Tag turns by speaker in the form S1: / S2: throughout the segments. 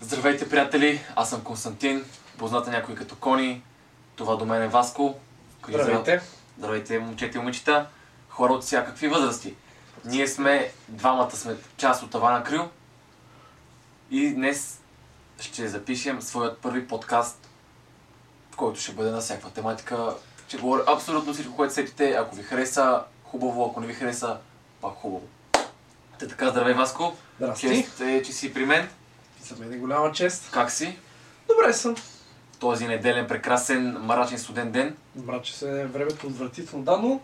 S1: Здравейте, приятели! Аз съм Константин, позната някой като Кони. Това до мен е Васко. Криза.
S2: Здравейте.
S1: Здравейте, момчета и момичета, хора от всякакви възрасти. Ние сме, двамата сме част от Авана Крил. И днес ще запишем своят първи подкаст, който ще бъде на всякаква тематика. Ще говоря абсолютно всичко, което сетите. Ако ви хареса, хубаво. Ако не ви хареса, пак хубаво. Та така, здравей, Васко.
S2: Здрасти.
S1: Чест е, че си при мен.
S2: За мен е голяма чест.
S1: Как си?
S2: Добре съм.
S1: Този неделен, прекрасен, мрачен студен ден.
S2: Добре, че се е времето отвратително, да, но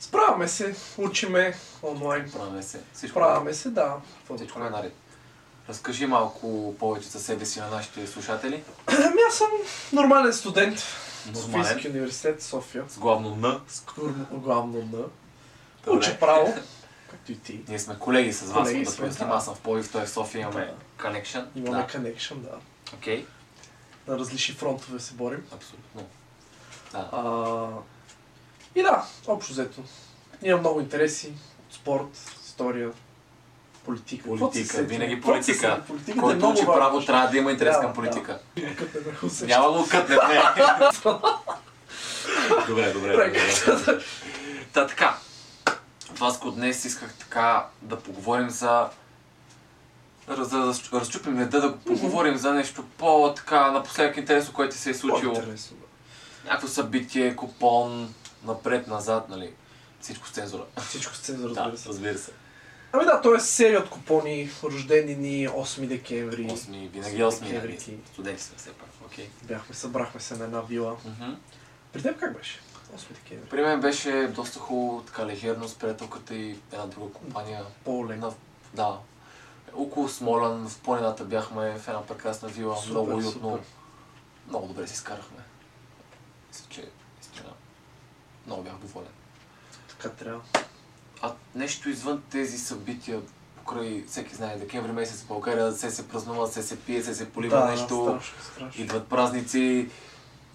S2: справяме се, учиме онлайн.
S1: Правиме се. Всичко,
S2: Справяме се, да. Какво да
S1: всичко е
S2: правим?
S1: наред. Разкажи малко повече за себе си на нашите слушатели.
S2: Ами аз съм нормален студент в
S1: Нормален.
S2: Софийския университет, София.
S1: С главно Н.
S2: С курно- главно на.
S1: Добре.
S2: Уча право, както и ти.
S1: Ние сме колеги с вас,
S2: Колеги
S1: да
S2: сме,
S1: поясним.
S2: да.
S1: Аз съм в Повив, той е в София, имаме
S2: Да.
S1: connection.
S2: Имаме
S1: Да,
S2: connection, да.
S1: окей.
S2: На различни фронтове се борим.
S1: Абсолютно. Да.
S2: А, и да, общо взето. Имам много интереси. Спорт, история, политика. Каквото се
S1: Политика,
S2: сетим.
S1: винаги
S2: Каквото се
S1: политика.
S2: сетим. Политиката е
S1: Който
S2: много
S1: учи
S2: важна. е
S1: право, трябва да има интерес
S2: Трябва,
S1: към политика.
S2: Никак не ме усеща.
S1: Няма да го кътне. Добре, добре.
S2: Добре.
S1: добре. Та така. Васко, днес исках така да поговорим за... раз- Да раз- разчупим леда, да го поговорим за нещо по-така напоследък интересно, което ти се е случило.
S2: По-интересно, да.
S1: Някакво събитие, купон, напред-назад, нали? Всичко с цензура.
S2: Всичко с цензура, разбира се.
S1: разбира се.
S2: Ами да, то е серия от купони, рождени ни 8 декември.
S1: Осми, винаги осми, нали?
S2: Декември.
S1: Студенти сме все пак, окей.
S2: Бяхме, събрахме се на една вила.
S1: Мгм.
S2: При теб как беше? 8 декември.
S1: При мен беше доста хубаво, така легерно с приятелката и една друга компания.
S2: По-легна.
S1: На, да. Около Смолян, в планината бяхме в една прекрасна вила,
S2: Супер,
S1: много уютно.
S2: супер.
S1: Много добре си изкарахме. Мисля, че наистина много бях доволен.
S2: Така трябва.
S1: А нещо извън тези събития, покрай всеки знае, декември месец в България се се празнува, се се пие, се се полива
S2: да,
S1: нещо,
S2: страшно, страшно.
S1: идват празници,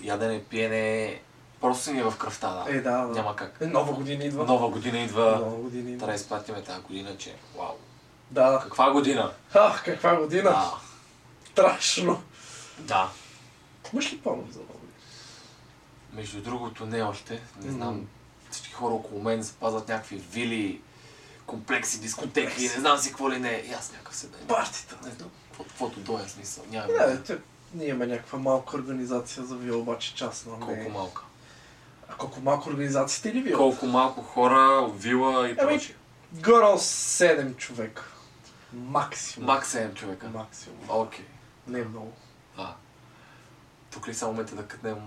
S1: ядене, пиене, просто си ни е в кръвта, да.
S2: Е, да, да.
S1: Няма как.
S2: Е, нова година идва.
S1: Нова година идва,
S2: Нова година
S1: трябва да
S2: идва.
S1: изпратиме тази година, че е вау.
S2: Да, да.
S1: Каква година?
S2: Ах, каква година.
S1: Да,
S2: Страшно.
S1: да.
S2: Имаш ли планове за нова година?
S1: Между другото, не още. Не
S2: М.
S1: знам. Всички хора около мен запазват някакви вили, комплекси, дискотеки,
S2: Комплекси.
S1: не знам си какво ли не. И аз някак се да.
S2: Партита.
S1: Не знам. какво- Каквото дойде смисъл. Няма.
S2: Не, бе, те- ние имаме някаква малка организация за вила, обаче частна. не.
S1: Колко малко.
S2: А колко малко организацията или вие?
S1: Колко малко хора, вила и
S2: Ами,
S1: прочие.
S2: Горе 7 човека. Максимум.
S1: Макс 7 човека.
S2: Максимум.
S1: Окей.
S2: Не е много.
S1: А. Тук ли са момента да кътнем?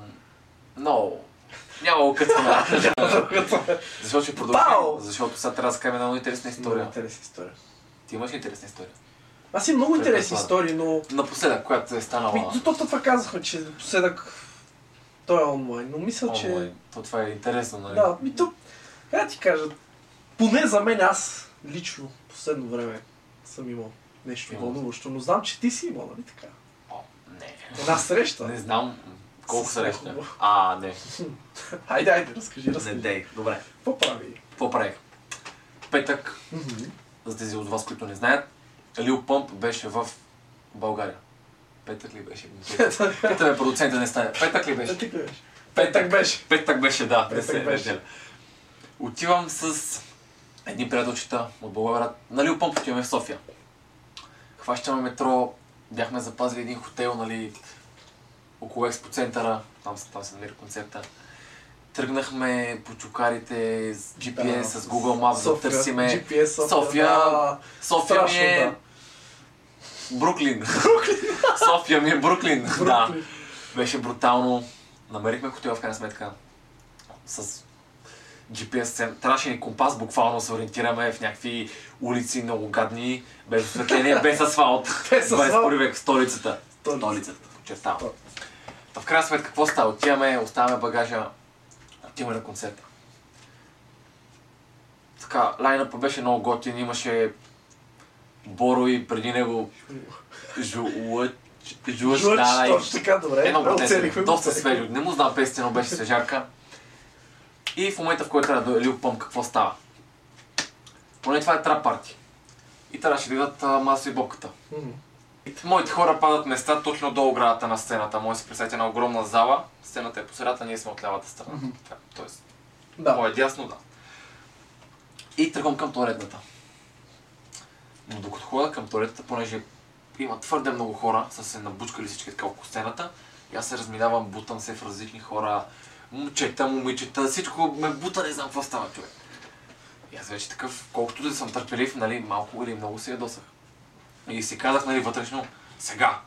S1: Но. Няма го кътваме. Защо ще продължим?
S2: Бау!
S1: Защото сега трябва да разкажем една много интересна
S2: Много
S1: история.
S2: интересна история.
S1: Ти имаш ли интересна история.
S2: Аз имам много
S1: Прекрасна.
S2: интересни истории, но...
S1: Напоследък, която е
S2: Ми,
S1: станала.
S2: то, то това казахме, че последък той е онлайн, но мисля, че...
S1: Онлайн. То това е интересно, нали?
S2: Да, ми то... Как да ти кажа, поне за мен аз лично в последно време съм имал нещо
S1: Имал.
S2: вълнуващо, но знам, че ти си имал, нали така?
S1: О, не.
S2: Една среща.
S1: Не знам колко
S2: С-
S1: среща.
S2: хубаво.
S1: А, не.
S2: Хайде, хайде, разкажи,
S1: Не
S2: разкажи.
S1: дей. Добре.
S2: Какво прави?
S1: Какво правих? Петък, за тези от вас, които не знаят, Лил Пъмп беше в България. Петък ли беше? Питаме продуцента, не стане. Петък ли беше?
S2: Петък Е, беше. Петък беше.
S1: Петък беше, да. не се-
S2: Петък беше.
S1: неделя. Отивам с едни приятелчета от Благоевград. Нали, опъм отиваме в София. Хващаме метро, бяхме запазили един хотел, нали, около експоцентъра, там, се- там се намира концерта. Тръгнахме по чукарите с GPS,
S2: Да,
S1: е с Google Maps да
S2: София,
S1: търсиме.
S2: GPS, София.
S1: София.
S2: да.
S1: София ми е...
S2: Страшно,
S1: Бруклин. София ми е Бруклин. Да.
S2: Бруклин.
S1: Беше брутално. Намерихме хотел в крайна сметка с GPS. сен- Трябваше ни компас, буквално да се ориентираме в някакви улици много гадни, без осветление, без асфалт.
S2: Без асфалт.
S1: 21 век, столицата.
S2: Столицата.
S1: Столицата, подчертавам. Та в крайна сметка, какво става? Отиваме, оставяме багажа, отиваме на концерта. Така, лайнъпа беше много готин, имаше Боро и преди него Жулъч, Жулъч,
S2: Жлъч,
S1: да, и-
S2: точно така, добре.
S1: е много
S2: Оцелихме
S1: тесен,
S2: го,
S1: доста
S2: оцелихме.
S1: свежо. Не му знам песните, но беше свежарка. И в момента, в който трябва да дойде Лил Пъмп, какво става? Поне това е трап парти. И трябваше да идват а, Масо и Бобката.
S2: Мгм.
S1: Моите хора падат места точно до оградата на сцената. Може да си представите една огромна зала, сцената е по средата, ние сме от лявата страна.
S2: Мгм.
S1: Така, Тоест,
S2: Да.
S1: мое е дясно, да. И тръгвам към туалетната. Но докато ходя към туалетната, понеже има твърде много хора, са се набучкали всички така около стената, и аз се разминавам, бутам се в различни хора, момчета, момичета, всичко ме бута, не знам какво става човек. И аз вече такъв, колкото да съм търпелив, нали, малко или много се ядосах. И си казах, нали, вътрешно, сега,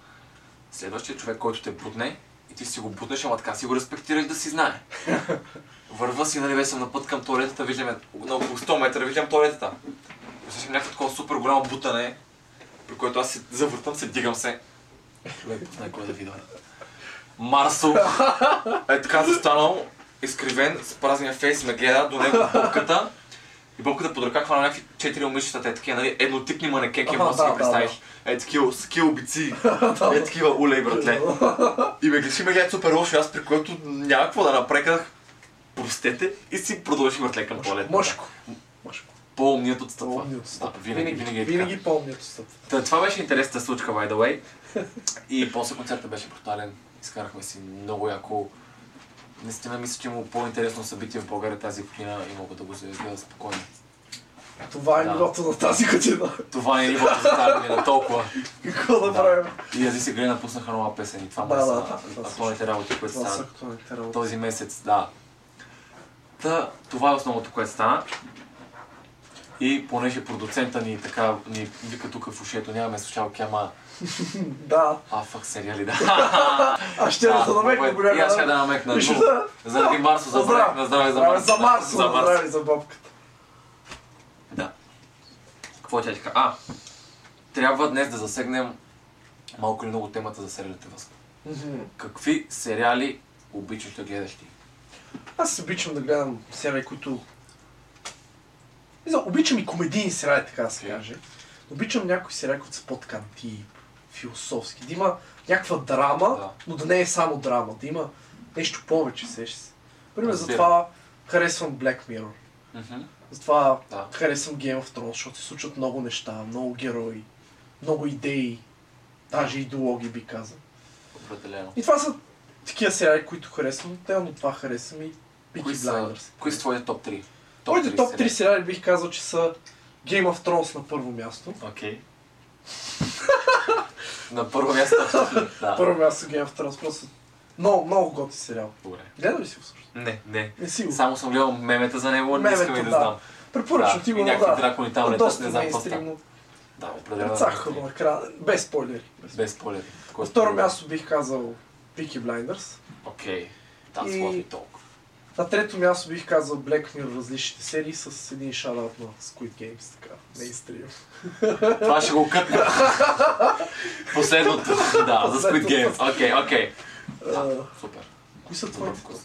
S1: следващия човек, който те бутне, и ти си го бутнеш, ама така си го респектираш да си знае. Върва си, нали, вече съм на път към туалетата, виждам я на около 100 метра, виждам туалетата. Усещам някакво такова супер голямо бутане, при което аз се завъртам, се дигам се. Човек, пусна кой да ви дойде. Марсо, е така застанал, изкривен, с празния фейс, ме гледа до него бобката. И бобката под ръка хвана някакви четири момичета, те такива, нали, еднотипни манекенки,
S2: Аха,
S1: може да си
S2: да,
S1: ги
S2: да,
S1: представиш. Е такива, с килбици, е такива улей, братле. И ме гледаш, и ме гледат супер лошо, аз при което няма какво да напреках. Простете и си продължи братле към туалетната.
S2: Мъжко. Мъжко.
S1: По-умният отстъпва.
S2: Помният отстъп.
S1: Да, винаги, винаги, е така.
S2: винаги помният отстъп.
S1: Та, това беше интересната случка, by the way. И после концертът беше брутален. Изкарахме си много яко. Наистина мисля, че има по-интересно събитие в България тази година и мога да го заявя спокойно.
S2: Това е
S1: Да.
S2: нивото на тази година.
S1: Това е нивото за тази година толкова.
S2: Какво да,
S1: Да.
S2: правим?
S1: И Ази се гледа напуснаха нова песен и това
S2: Да,
S1: да,
S2: да,
S1: са
S2: да, да,
S1: актуалните работи, които
S2: Това са
S1: стават
S2: актуалните работи.
S1: този месец, да. Та, това е основното, което стана. И понеже продуцента ни така ни вика тук в ушието, нямаме слушалки, ама
S2: Да.
S1: а фак сериали, да.
S2: Аз ще да се намекна
S1: момент.
S2: по
S1: И аз ще да намекна.
S2: Виж,
S1: но
S2: да.
S1: Заради Марсо, за здраве, на здраве за Марсо.
S2: Е, За Марсо,
S1: За
S2: за
S1: Марсо.
S2: здраве за бабката.
S1: Да. Какво е тя ти каза? А, трябва днес да засегнем малко или много темата за сериалите вас.
S2: Мгм.
S1: Какви сериали обичаш да гледаш ти?
S2: Аз обичам да гледам сериали, които... Не знам, обичам и комедийни сериали, така да се
S1: Окей.
S2: каже. Обичам някои сериали, които са по-така ти философски. Да има някаква драма,
S1: Да.
S2: но да не е само драма. Да има нещо повече, сеща се. Пример,
S1: Разбирам.
S2: затова харесвам Black Mirror. Затова
S1: Да.
S2: харесвам Game of Thrones, защото се случват много неща, много герои, много идеи, даже идеологи би казал.
S1: Определено.
S2: И това са такива сериали, които харесвам. Отделно това харесвам и Peaky
S1: Кои са,
S2: Blinders.
S1: кои са твоите топ 3?
S2: Моите топ 3 сериали бих казал, че са Game of Thrones на първо място.
S1: Окей. На първо място. е да.
S2: Първо място Game of Thrones, просто много, много готи сериал.
S1: Добре.
S2: Гледал ли си го също?
S1: Не, не.
S2: Не си го.
S1: Само съм гледал мемета за него, не искам и
S2: Мемето,
S1: да
S2: да.
S1: знам.
S2: Препоръчвам
S1: Да,
S2: ти
S1: и
S2: го, но
S1: някакви
S2: да.
S1: дракони там
S2: Но
S1: летат,
S2: доста
S1: не знам какво става.
S2: мейнстримно.
S1: Да, определено.
S2: Ръцаха го накрая. Без спойлери.
S1: Без спойлери. е
S2: На второ място бих казал Peaky Blinders.
S1: Окей. That's
S2: И-
S1: what we talk.
S2: На трето място бих казал Black Mirror различните серии с един шараут на Squid Games, така, мейнстрим.
S1: Това ще го кътна. Последното. Да, за Squid
S2: Последното.
S1: Games. Окей, окей.
S2: А,
S1: Да, супер.
S2: Кои са
S1: Добър
S2: твоите?
S1: вкус.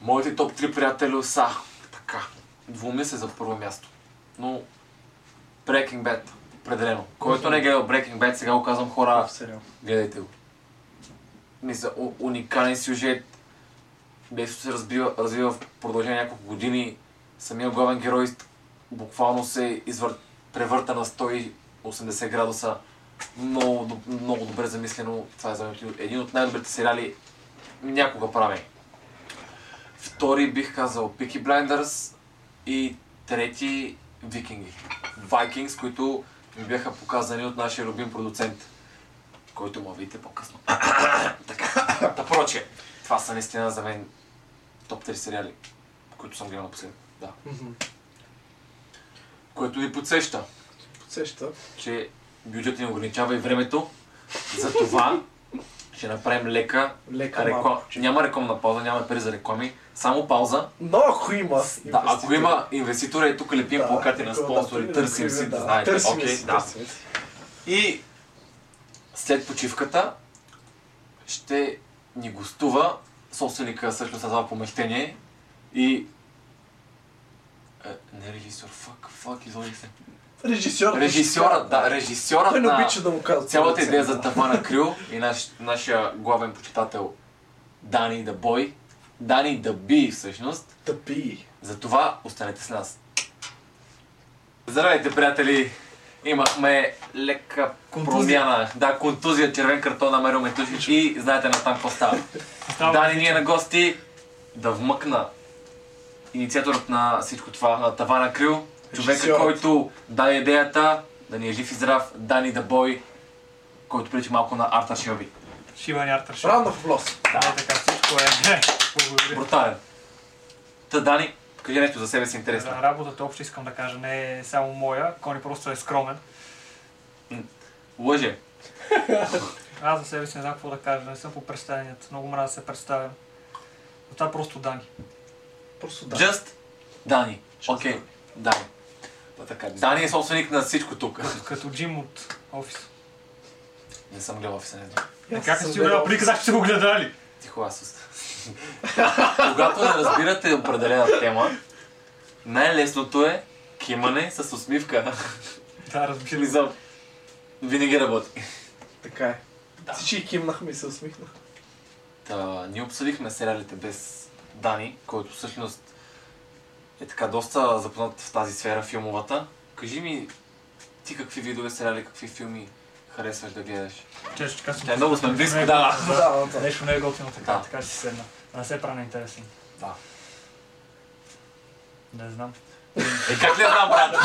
S1: Моите топ 3 приятели са. Така. Двумя се за първо място. Но Breaking Bad. Определено. Който не е гледал Breaking Bad, сега го казвам хора,
S2: Нов сериал.
S1: гледайте го. Мисля, у- уникален сюжет. Действо се разбива, развива в продължение на няколко години. Самия главен герой буквално се извър... превърта на 180 градуса. Много, доб- много добре замислено. Това е за мен един от най-добрите сериали някога прави. Втори бих казал Peaky Blinders и трети Викинги. Vikings, които ми бяха показани от нашия любим продуцент, който му видите по-късно. така, да проче. Това са наистина за мен топ 3 сериали, които съм гледал последно. Да.
S2: Мгм.
S1: Което ви подсеща,
S2: Подсеща.
S1: че бюджетът ни ограничава и времето. Затова ще направим лека
S2: Лека
S1: реклама.
S2: малко.
S1: Няма рекламна пауза, няма пари за реклами, само пауза.
S2: Но ако има...
S1: Да, ако има инвеститора и тук лепим
S2: Да,
S1: плакати на
S2: ако има
S1: спонсори,
S2: да,
S1: търсим си, да знаете.
S2: Търсим
S1: Окей,
S2: си,
S1: да.
S2: търсим си.
S1: И след почивката ще ни гостува собственика всъщност на това помещение и е, не режисьор, фак, фак, изложих се.
S2: Режисьорът.
S1: Режисьорът, да, режисьорът
S2: Той не
S1: на
S2: обича да му казва.
S1: цялата идея за Тавана Крил и наш, нашия главен почитател Дани да Бой, Дани да Би всъщност,
S2: Тъпи.
S1: Затова останете с нас. Здравейте, приятели! Имахме лека
S2: Контузия.
S1: промяна. Да, контузия, червен картон на Марио Метушич и знаете на там какво става.
S3: Става
S1: Дани ни е на гости да вмъкна инициаторът на всичко това, на Тавана Крил, човека,
S2: Режисьорът.
S1: който даде идеята да ни е жив и здрав, Дани да бой, който прилича малко на Артър Шилби.
S3: Шиван Яртърш.
S2: Раунд of applause.
S3: Да, така всичко е. Благодаря.
S1: Брутален. Та, Дани, кажи нещо за себе си интересно.
S3: Да, Работата общо искам да кажа не е само моя. Кони просто е скромен.
S1: Лъже.
S3: Аз за себе си не знам какво да кажа. Не съм по представянията. Много мразя да се представям. Но това е просто Дани.
S2: Просто да.
S1: Just Дани.
S2: Just
S1: Окей, Дани.
S2: Да, така.
S1: Дани е собственик на всичко тук.
S3: Като Джим от офис.
S1: Не съм гледал офиса, не знам.
S3: Е, Как си го гледал? Преди казах, че сте го гледали.
S1: Тихо, аз уст. Когато не разбирате определена тема, най-лесното е кимане с усмивка.
S3: Да, разбира се.
S1: Лизъм. Винаги работи.
S2: Така е. Всички кимнахме и се усмихнах.
S1: Та, ние обсъдихме сериалите без Дани, който всъщност е така доста запознат в тази сфера филмовата. Кажи ми, ти какви видове сериали, какви филми харесваш да гледаш?
S3: Често така съм.
S1: Тя е много сме близко,
S3: Не е
S1: да.
S3: готино,
S2: Да, да, да.
S3: Нещо не е готино така,
S1: Да.
S3: така ще си седна. Да не се правя интересен.
S1: Да.
S3: Не знам.
S1: Е, как ли я знам, брат?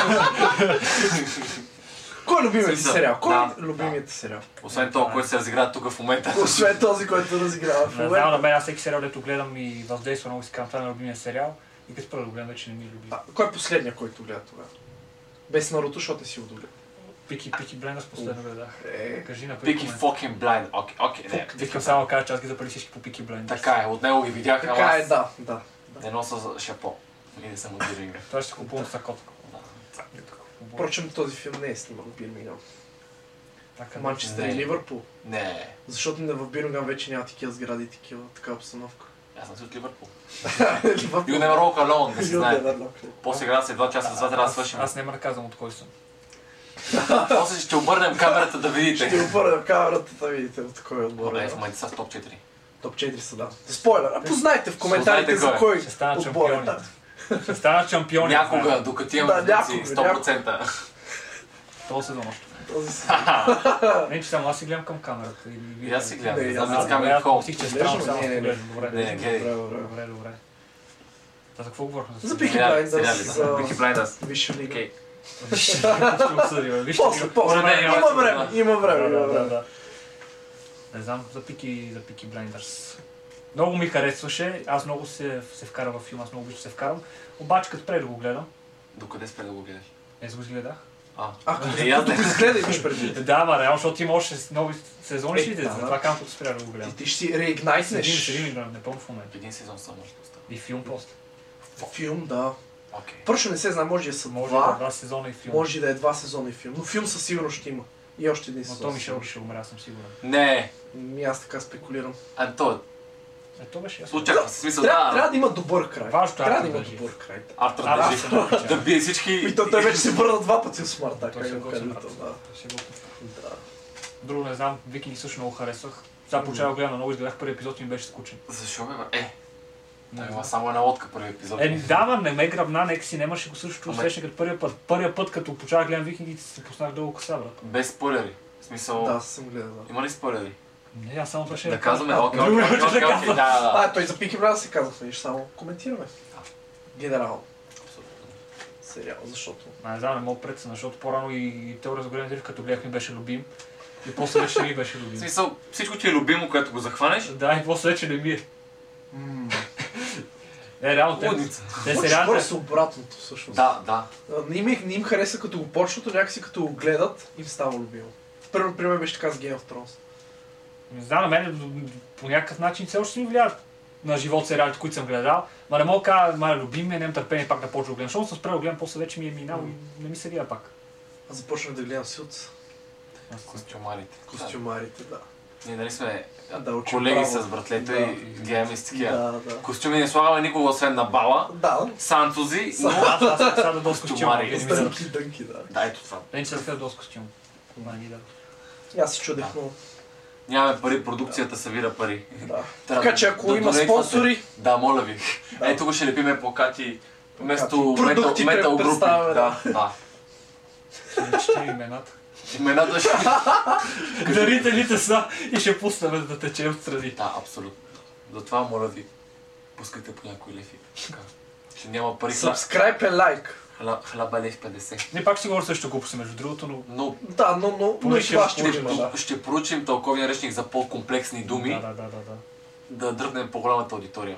S2: Кой е любимият ти
S1: Смисъл,
S2: сериал? Кой е
S1: да,
S2: любимият ти сериал?
S1: Освен това, който се разигра тук в момента.
S2: Освен този, който разиграва в
S3: Не знам, на
S2: момента.
S3: мен аз всеки сериал, дето гледам и въздейства много си казвам, това е любимия сериал. И като спра да го гледам, вече не ми е любим.
S2: А, Кой е последния, който гледа тогава? Без Наруто, защото е си го догледа.
S3: Пики, пики Блендърс последно гледах.
S2: Е,
S3: Кажи на
S1: Пики fucking blind. Окей, окей, не.
S3: Викам само да кажа, че аз ги запали всички по Пики Блендърс.
S1: Така е, от него ги видях, ама
S2: така е,
S1: аз
S2: да, да.
S1: не носа шапо. И не съм от Диринга.
S3: Това ще купувам с котка.
S2: Впрочем, този филм не е сниман в Бирмингам.
S3: Така, значи,
S2: Манчестър
S1: Не.
S2: и Ливърпул.
S1: Не,
S2: Защото не в Бирмингам вече няма такива сгради, и такива, така обстановка.
S1: аз съм си от Ливърпул. You
S2: Ливърпул.
S1: never walk alone, да се
S2: You'll
S1: знае.
S2: never know.
S1: После игра след 2 часа, с 2 трябва да
S3: аз,
S1: свършим.
S3: аз няма да казвам от кой съм.
S1: После ще обърнем камерата да
S2: Ще
S1: видите.
S2: обърнем камерата да видите от кой отбор
S1: Добре,
S2: е.
S1: в момента са в топ 4.
S2: Топ 4 са, да. Спойлер, а познайте в коментарите за
S1: Познайте
S2: кой
S3: Ще станат
S2: отбор е.
S3: шампиони. Ще станат шампиони.
S1: Някога, докато
S2: Да,
S1: имам позиции,
S2: някога, някога.
S1: 100%.
S3: Е, То се още.
S2: Този си.
S3: Не, че само аз си гледам към камерата. И,
S1: И аз си гледам,
S2: Не,
S1: не
S2: аз-
S1: знам, с камера хол.
S3: Си, че
S2: Гледаш ли?
S3: странно само
S2: Не, не, не.
S3: погледам. Добре,
S1: Не, не,
S3: добре,
S1: гледай.
S2: Добре, добре.
S3: добре, добре. Та за какво говорихме?
S2: За Peaky
S1: Сериали,
S2: Blinders,
S1: сериали, да.
S2: за-
S1: Peaky Blinders.
S2: Висша лига.
S1: Окей.
S3: Вижте, ще обсъдим, бе. Вижте,
S2: После, после.
S1: Добре,
S2: Има
S1: да,
S2: време,
S1: да.
S2: има
S3: е Да,
S2: време.
S3: да,
S2: има
S3: да,
S2: време.
S3: да. Не знам, за пики, за пики Blinders. Много ми харесваше, аз много се, се вкарам във филма, аз много обичам да се вкарам. Обаче като спре да го гледам,
S1: Докъде спре да го гледаш?
S3: не го гледах.
S1: А,
S2: А,
S1: Е, аз не.
S2: като изгледа имаш предвид.
S3: Да, ма, реално, защото има още с- нови сезони,
S2: Е,
S3: ще
S2: да,
S3: видите,
S2: да.
S3: затова казвам, като спря да го гледам.
S2: Ти- Ти ще си
S3: С един, с
S2: реигнайтнеш
S3: един, да, не помня в момента.
S1: Един сезон само ще остава.
S3: И филм просто.
S2: филм, да.
S1: Окей.
S2: Първо не се знае, може да са
S3: Може да е
S2: два,
S3: два сезона и филм.
S2: може да е два сезона и филм, но филм със сигурност ще има. И още един
S3: Но
S2: сезон.
S3: Томи Шелби ще умре, аз съм сигурен.
S1: Не,
S2: Ми аз така спекулирам.
S1: а то
S3: Е, то беше ясно.
S1: случайно, в смисъл
S2: Трябва, трябва
S1: да,
S2: да има добър край.
S3: Важно е
S2: трябва да
S3: да
S2: има
S3: държи.
S2: добър край. да.
S1: автор
S3: А,
S1: да
S3: да,
S1: жив.
S3: ще го
S1: Да бие всички.
S2: И то той вече се върна два пъти в смъртта,
S3: Той
S2: как
S3: ще
S2: да
S3: го
S2: го
S3: се
S2: кажа.
S3: брат.
S2: Да.
S3: Той ще го
S2: Да.
S3: Друго не знам, Викинги също много харесах. Сега почнах да гледам на много, изгледах първи епизод и ми беше скучен.
S1: Защо бе, бе? Е,
S3: Не
S1: той
S3: знам.
S1: има само една лодка първи епизод.
S3: Е, да, ма, не ме грабна, нека си нямаше го същото
S1: Ама-
S3: усещане като първия път. Първия път, като почнах гледам викингите, си пуснах дълго коса, брат.
S1: Без спойлери. В смисъл,
S2: Да, аз съм гледал. да.
S1: има ли спойлери?
S3: Не, аз само това ще
S1: Да казваме,
S2: А,
S1: окей, окей, окей,
S3: Е, друго ще
S1: окей, окей, да,
S3: казвам.
S1: да,
S2: А, той за Пики Брат се казва, ще само коментираме. Генерално. Сериал, защото.
S3: Ма, не знам, не мога предсън, защото по-рано и, и теория за големия взрив, като гледах ми беше любим. И после вече не ми беше
S1: В
S3: любим.
S1: смисъл, всичко ти е любимо, което го захванеш,
S3: да, и после вече не ми е. Е, реално те,
S1: лудница.
S3: те
S2: Повече
S3: сериалите...
S2: хора са обратното всъщност.
S1: Да, да.
S2: А, Не им, е- не им хареса като го почват, но някакси като го гледат, им става любимо. Първо пример беше така с Game of Thrones.
S3: Не знам, на мен до- до- по някакъв начин все още ми влияят на живот сериалите, които съм гледал. Ма не мога да кажа, ма любим ми, е, нямам търпение пак да почна да гледам. Защото съм спрял да гледам, после вече ми е минало и не ми се гледа пак.
S2: Аз започнах да гледам Силц,
S1: Костюмарите.
S2: костюмарите, да.
S1: Да. Ние нали сме
S2: А, да, учим
S1: колеги
S2: право.
S1: с братлето
S2: Да.
S1: и гледаме с такива.
S2: Да, да.
S1: Костюми не слагаме никога, освен на бала.
S2: Да,
S1: Сантузи, но...
S3: Аз аз съм сега да доста
S1: Костюмари.
S3: костюм.
S2: Станки дънки, да.
S1: Да, ето това.
S3: Не, че сега да доста костюм. Ма, ни да.
S2: И Аз се чудех много.
S1: Нямаме пари, продукцията събира пари.
S2: Да.
S1: Трябва
S2: Така
S1: да-
S2: че ако
S1: да
S2: има
S1: донейтвате.
S2: спонсори,
S1: Да, моля ви. Е,
S2: Да.
S1: Ето го ще лепиме плакати вместо
S2: Плакати.
S1: метал,
S2: Продукти
S1: метал групи.
S2: представяме,
S1: Да, да.
S3: Ще ми чете имената.
S1: Имената ще...
S3: Дарителите са и ще пуснем да течем страни.
S1: Да, абсолютно. Затова моля ви, пускайте по някой лев и така. Ще няма пари. Хла...
S2: Subscribe и лайк.
S1: Хла... Хлаба лев 50.
S3: Не пак ще говоря също глупости, между другото, но...
S1: Но
S2: Да, но, но, но и
S3: Поръчки
S2: това
S3: в
S2: ще
S1: ще,
S2: има, да.
S1: ще проучим тълковния речник за по-комплексни думи,
S3: Да, да, да, да. да.
S1: да дръпнем по-голямата аудитория.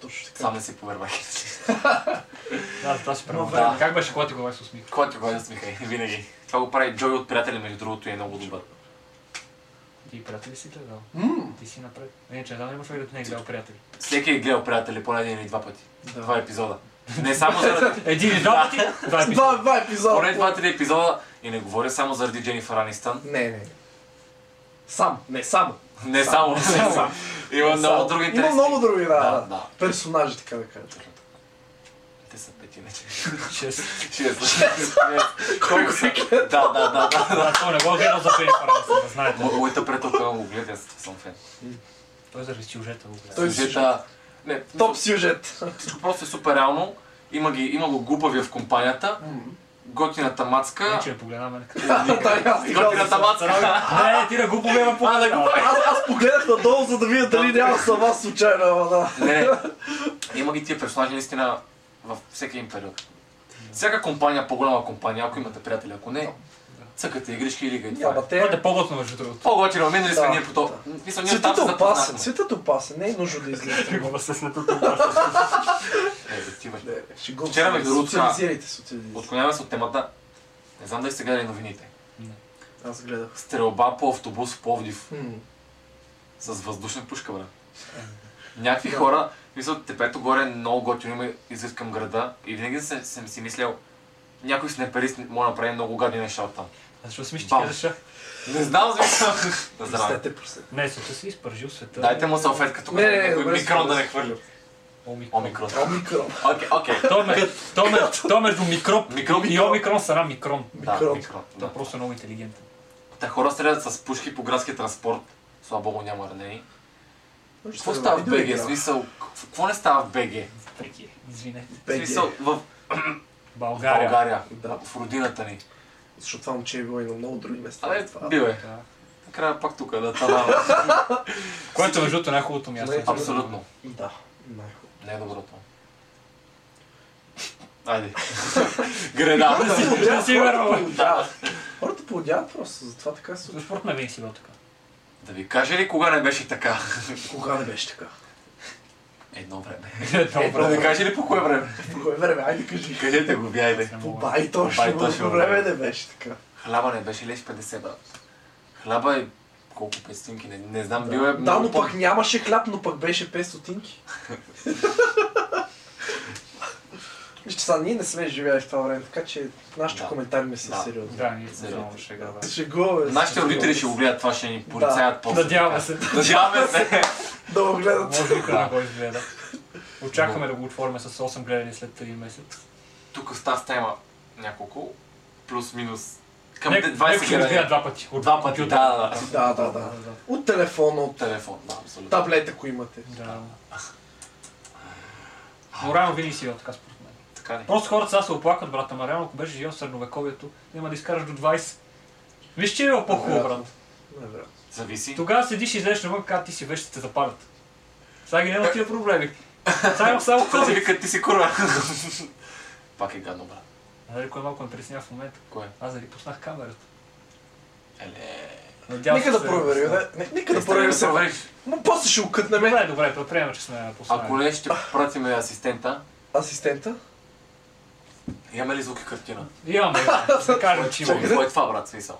S2: Точно така.
S1: Сам не си повервай.
S3: Да, това си правилно.
S1: да.
S3: Как беше, когато ти говоря с усмивка?
S1: Когато го е смихай, винаги. Това го прави Джой от приятели, между другото, и е много добър.
S3: Ти приятели си гледал.
S2: Ммм,
S3: Ти си напред. Не, че да нямаш вероятно не е гледал приятели.
S1: Всеки е гледал приятели поне един или два пъти. Два
S2: да.
S1: епизода. Не само заради...
S3: Един или два пъти? Два
S2: С Два,
S3: епизода.
S2: два епизода.
S1: Поне два-три епизода. И не говоря само заради Дженнифър Анистън.
S2: Не, не. Сам, не само.
S1: Не само. не само. Има много
S2: Само.
S1: други
S2: Има
S1: интересни.
S2: много други, да.
S1: Да,
S2: да.
S1: да.
S2: Персонажи, така да кажа.
S1: Те са пет иначе.
S3: Шест.
S1: Шест. Колко са? Да, да, да, да.
S3: Да, то не го е гледал за Дженнифър Анистън, да знаете.
S1: Мо- Моята приятелка му го гледа, аз съм фен.
S3: Той е заради сюжета го гледа.
S2: Той- си
S1: Сюжета... Не,
S2: Топ сюжет.
S1: всичко просто е супер реално. Има, ги, има го глупавия в компанията, готината
S3: Не,
S2: Е,
S1: мацка.
S3: че не погледаме. на къде.
S2: Да, и аз така
S1: Готината
S2: мисля.
S1: мацка.
S3: Не, не, ти да го погледна по...
S1: А, да го
S2: Аз, аз погледнах надолу, за да видя дали няма сама случайно, ама да.
S1: Не, не. Има ги тия персонажи наистина във всеки им период. Всяка компания, по-голяма компания, ако имате приятели, ако не, цъкате игрички или гай.
S2: Ама те...
S3: Бъде по-готно Е, между другото.
S1: По-готино, минали сме
S2: Да,
S1: ние по то. Мисля, ние там
S2: Цветът е
S1: се
S2: опасен,
S1: запознахме.
S2: цветът е опасен, не е нужно да излизате.
S3: Трябва се снетата.
S1: Е, отивай.
S2: Не, шегувам
S1: Вчера
S2: се.
S1: ме дорутна.
S2: Социализирайте, социализирайте.
S1: Отклоняваме се от темата. Не знам дали сте гледали новините.
S2: Аз гледах.
S1: Стрелба по автобус в Пловдив
S2: М,
S1: с въздушна пушка, бре. Някакви хора, мисля, тепето горе е много готино има излез към града и винаги съм, съм си мислял, някой с неперист може да направи много гадни неща от там.
S3: А защо смиш, че
S1: Бам.
S3: гледаш? а?
S1: Не знам, смисъл. Да здраве.
S2: Простете, простете.
S3: Не, се си изпържил света.
S1: Дайте му салфетка тук,
S2: Не, не, не,
S1: някой
S2: добре,
S1: микрон да
S2: добре.
S1: не хвърля.
S3: Омикрон.
S1: Омикрон.
S2: Омикрон.
S1: Окей, окей.
S3: То, ме, то, ме, то е между микроб
S1: Микроб и
S3: и омикрон са на микрон.
S1: Да,
S2: Микрон.
S1: микрон.
S3: Той
S1: Да.
S3: е просто много интелигентен.
S1: Та хора стрелят с пушки по градския транспорт. Слава богу, няма ранени.
S2: Може
S1: Какво
S2: да
S1: става в
S2: видим
S1: БГ?
S2: игра.
S1: Смисъл, какво не става в БГ?
S3: Преки, извинете.
S2: БГ.
S1: Смисъл, в
S3: България.
S1: България,
S2: Да.
S1: в родината ни.
S2: Защото това момче е било и на много други места.
S1: Абе,
S2: Това-
S1: бил е.
S3: Да.
S1: Накрая пак тук, да, това.
S3: Което между другото е най-хубавото място.
S2: Не,
S1: Абсолютно.
S2: Да, най-хубаво.
S1: Не е доброто. Айде. Грена.
S3: Не си верно.
S2: Да. Хората поудяват просто, затова така се
S3: За
S2: случва.
S3: спорт на винаги си бил е така.
S1: Да ви кажа ли кога не беше така?
S2: Кога не беше така?
S1: Едно време. Е, Да
S3: Добре.
S1: ви кажа ли по кое време?
S2: По кое време? Айде кажи.
S1: Кажете го, бяйде.
S3: Не
S2: По
S3: мога.
S2: бай
S1: Бай
S2: точно,
S1: точно,
S2: по време не беше така.
S1: Хляба не беше лев 50, брат. Хляба е колко пестинки, не, не знам, бил е
S2: Да,
S1: много
S2: но пък нямаше хляб, но пък беше 5 стотинки. Вижте, сега ние не сме живели в това време, така че нашите
S1: Да.
S2: коментари не са
S1: Да.
S2: сериозни.
S3: Да, ние
S1: Сериозно.
S3: сме много шега. да.
S2: Шегуваме се.
S1: Нашите родители ще го гледат това, ще ни порицаят после.
S3: Надяваме се.
S1: Надяваме се.
S2: Да го гледат.
S3: Може никой да го изгледа. Очакваме да го отворим с 8 гледани след един месец.
S1: Тук става стема няколко, плюс-минус. Към
S3: Нек-
S1: 20
S3: някой ще го изгледа
S1: гледания.
S3: два пъти. От
S1: Два пъти,
S3: компютъра.
S1: да, да,
S2: Да, да, да. От телефона, от
S1: Телефон, да, абсолютно.
S2: таблет, ако имате.
S3: Да. Но реално винаги си бил така според мен.
S1: Така ли?
S3: Просто хората сега се оплакват, брат, ама реално ако беше живял в средновековието, няма да изкараш до 20. Виж, че е било по-хубаво, брат.
S2: Най-вероятно.
S1: Зависи.
S3: Тогава седиш и излезеш навън, как ти си вещи те запалят. Сега ги няма тия проблеми. Сега имам само
S1: Той си
S3: COVID.
S1: вика, ти си курва. Пак е гадно, брат.
S3: Нали, кой малко ме притеснява в момента?
S1: Кое?
S3: Аз да ли пуснах камерата?
S1: Еле...
S3: Надявам
S2: Нека
S3: се,
S2: да
S3: се-
S2: проверим, да. Не- Нека да проверим се.
S1: провериш.
S2: Но после ще укътнем
S3: Добре, добре, предприемам, че сме пуснали.
S1: Ако не, ще пратиме асистента.
S2: асистента.
S1: Имаме ли звук и картина?
S3: Имаме, да кажем, че имаме.
S2: Чакай.
S1: Какво е това, брат, смисъл?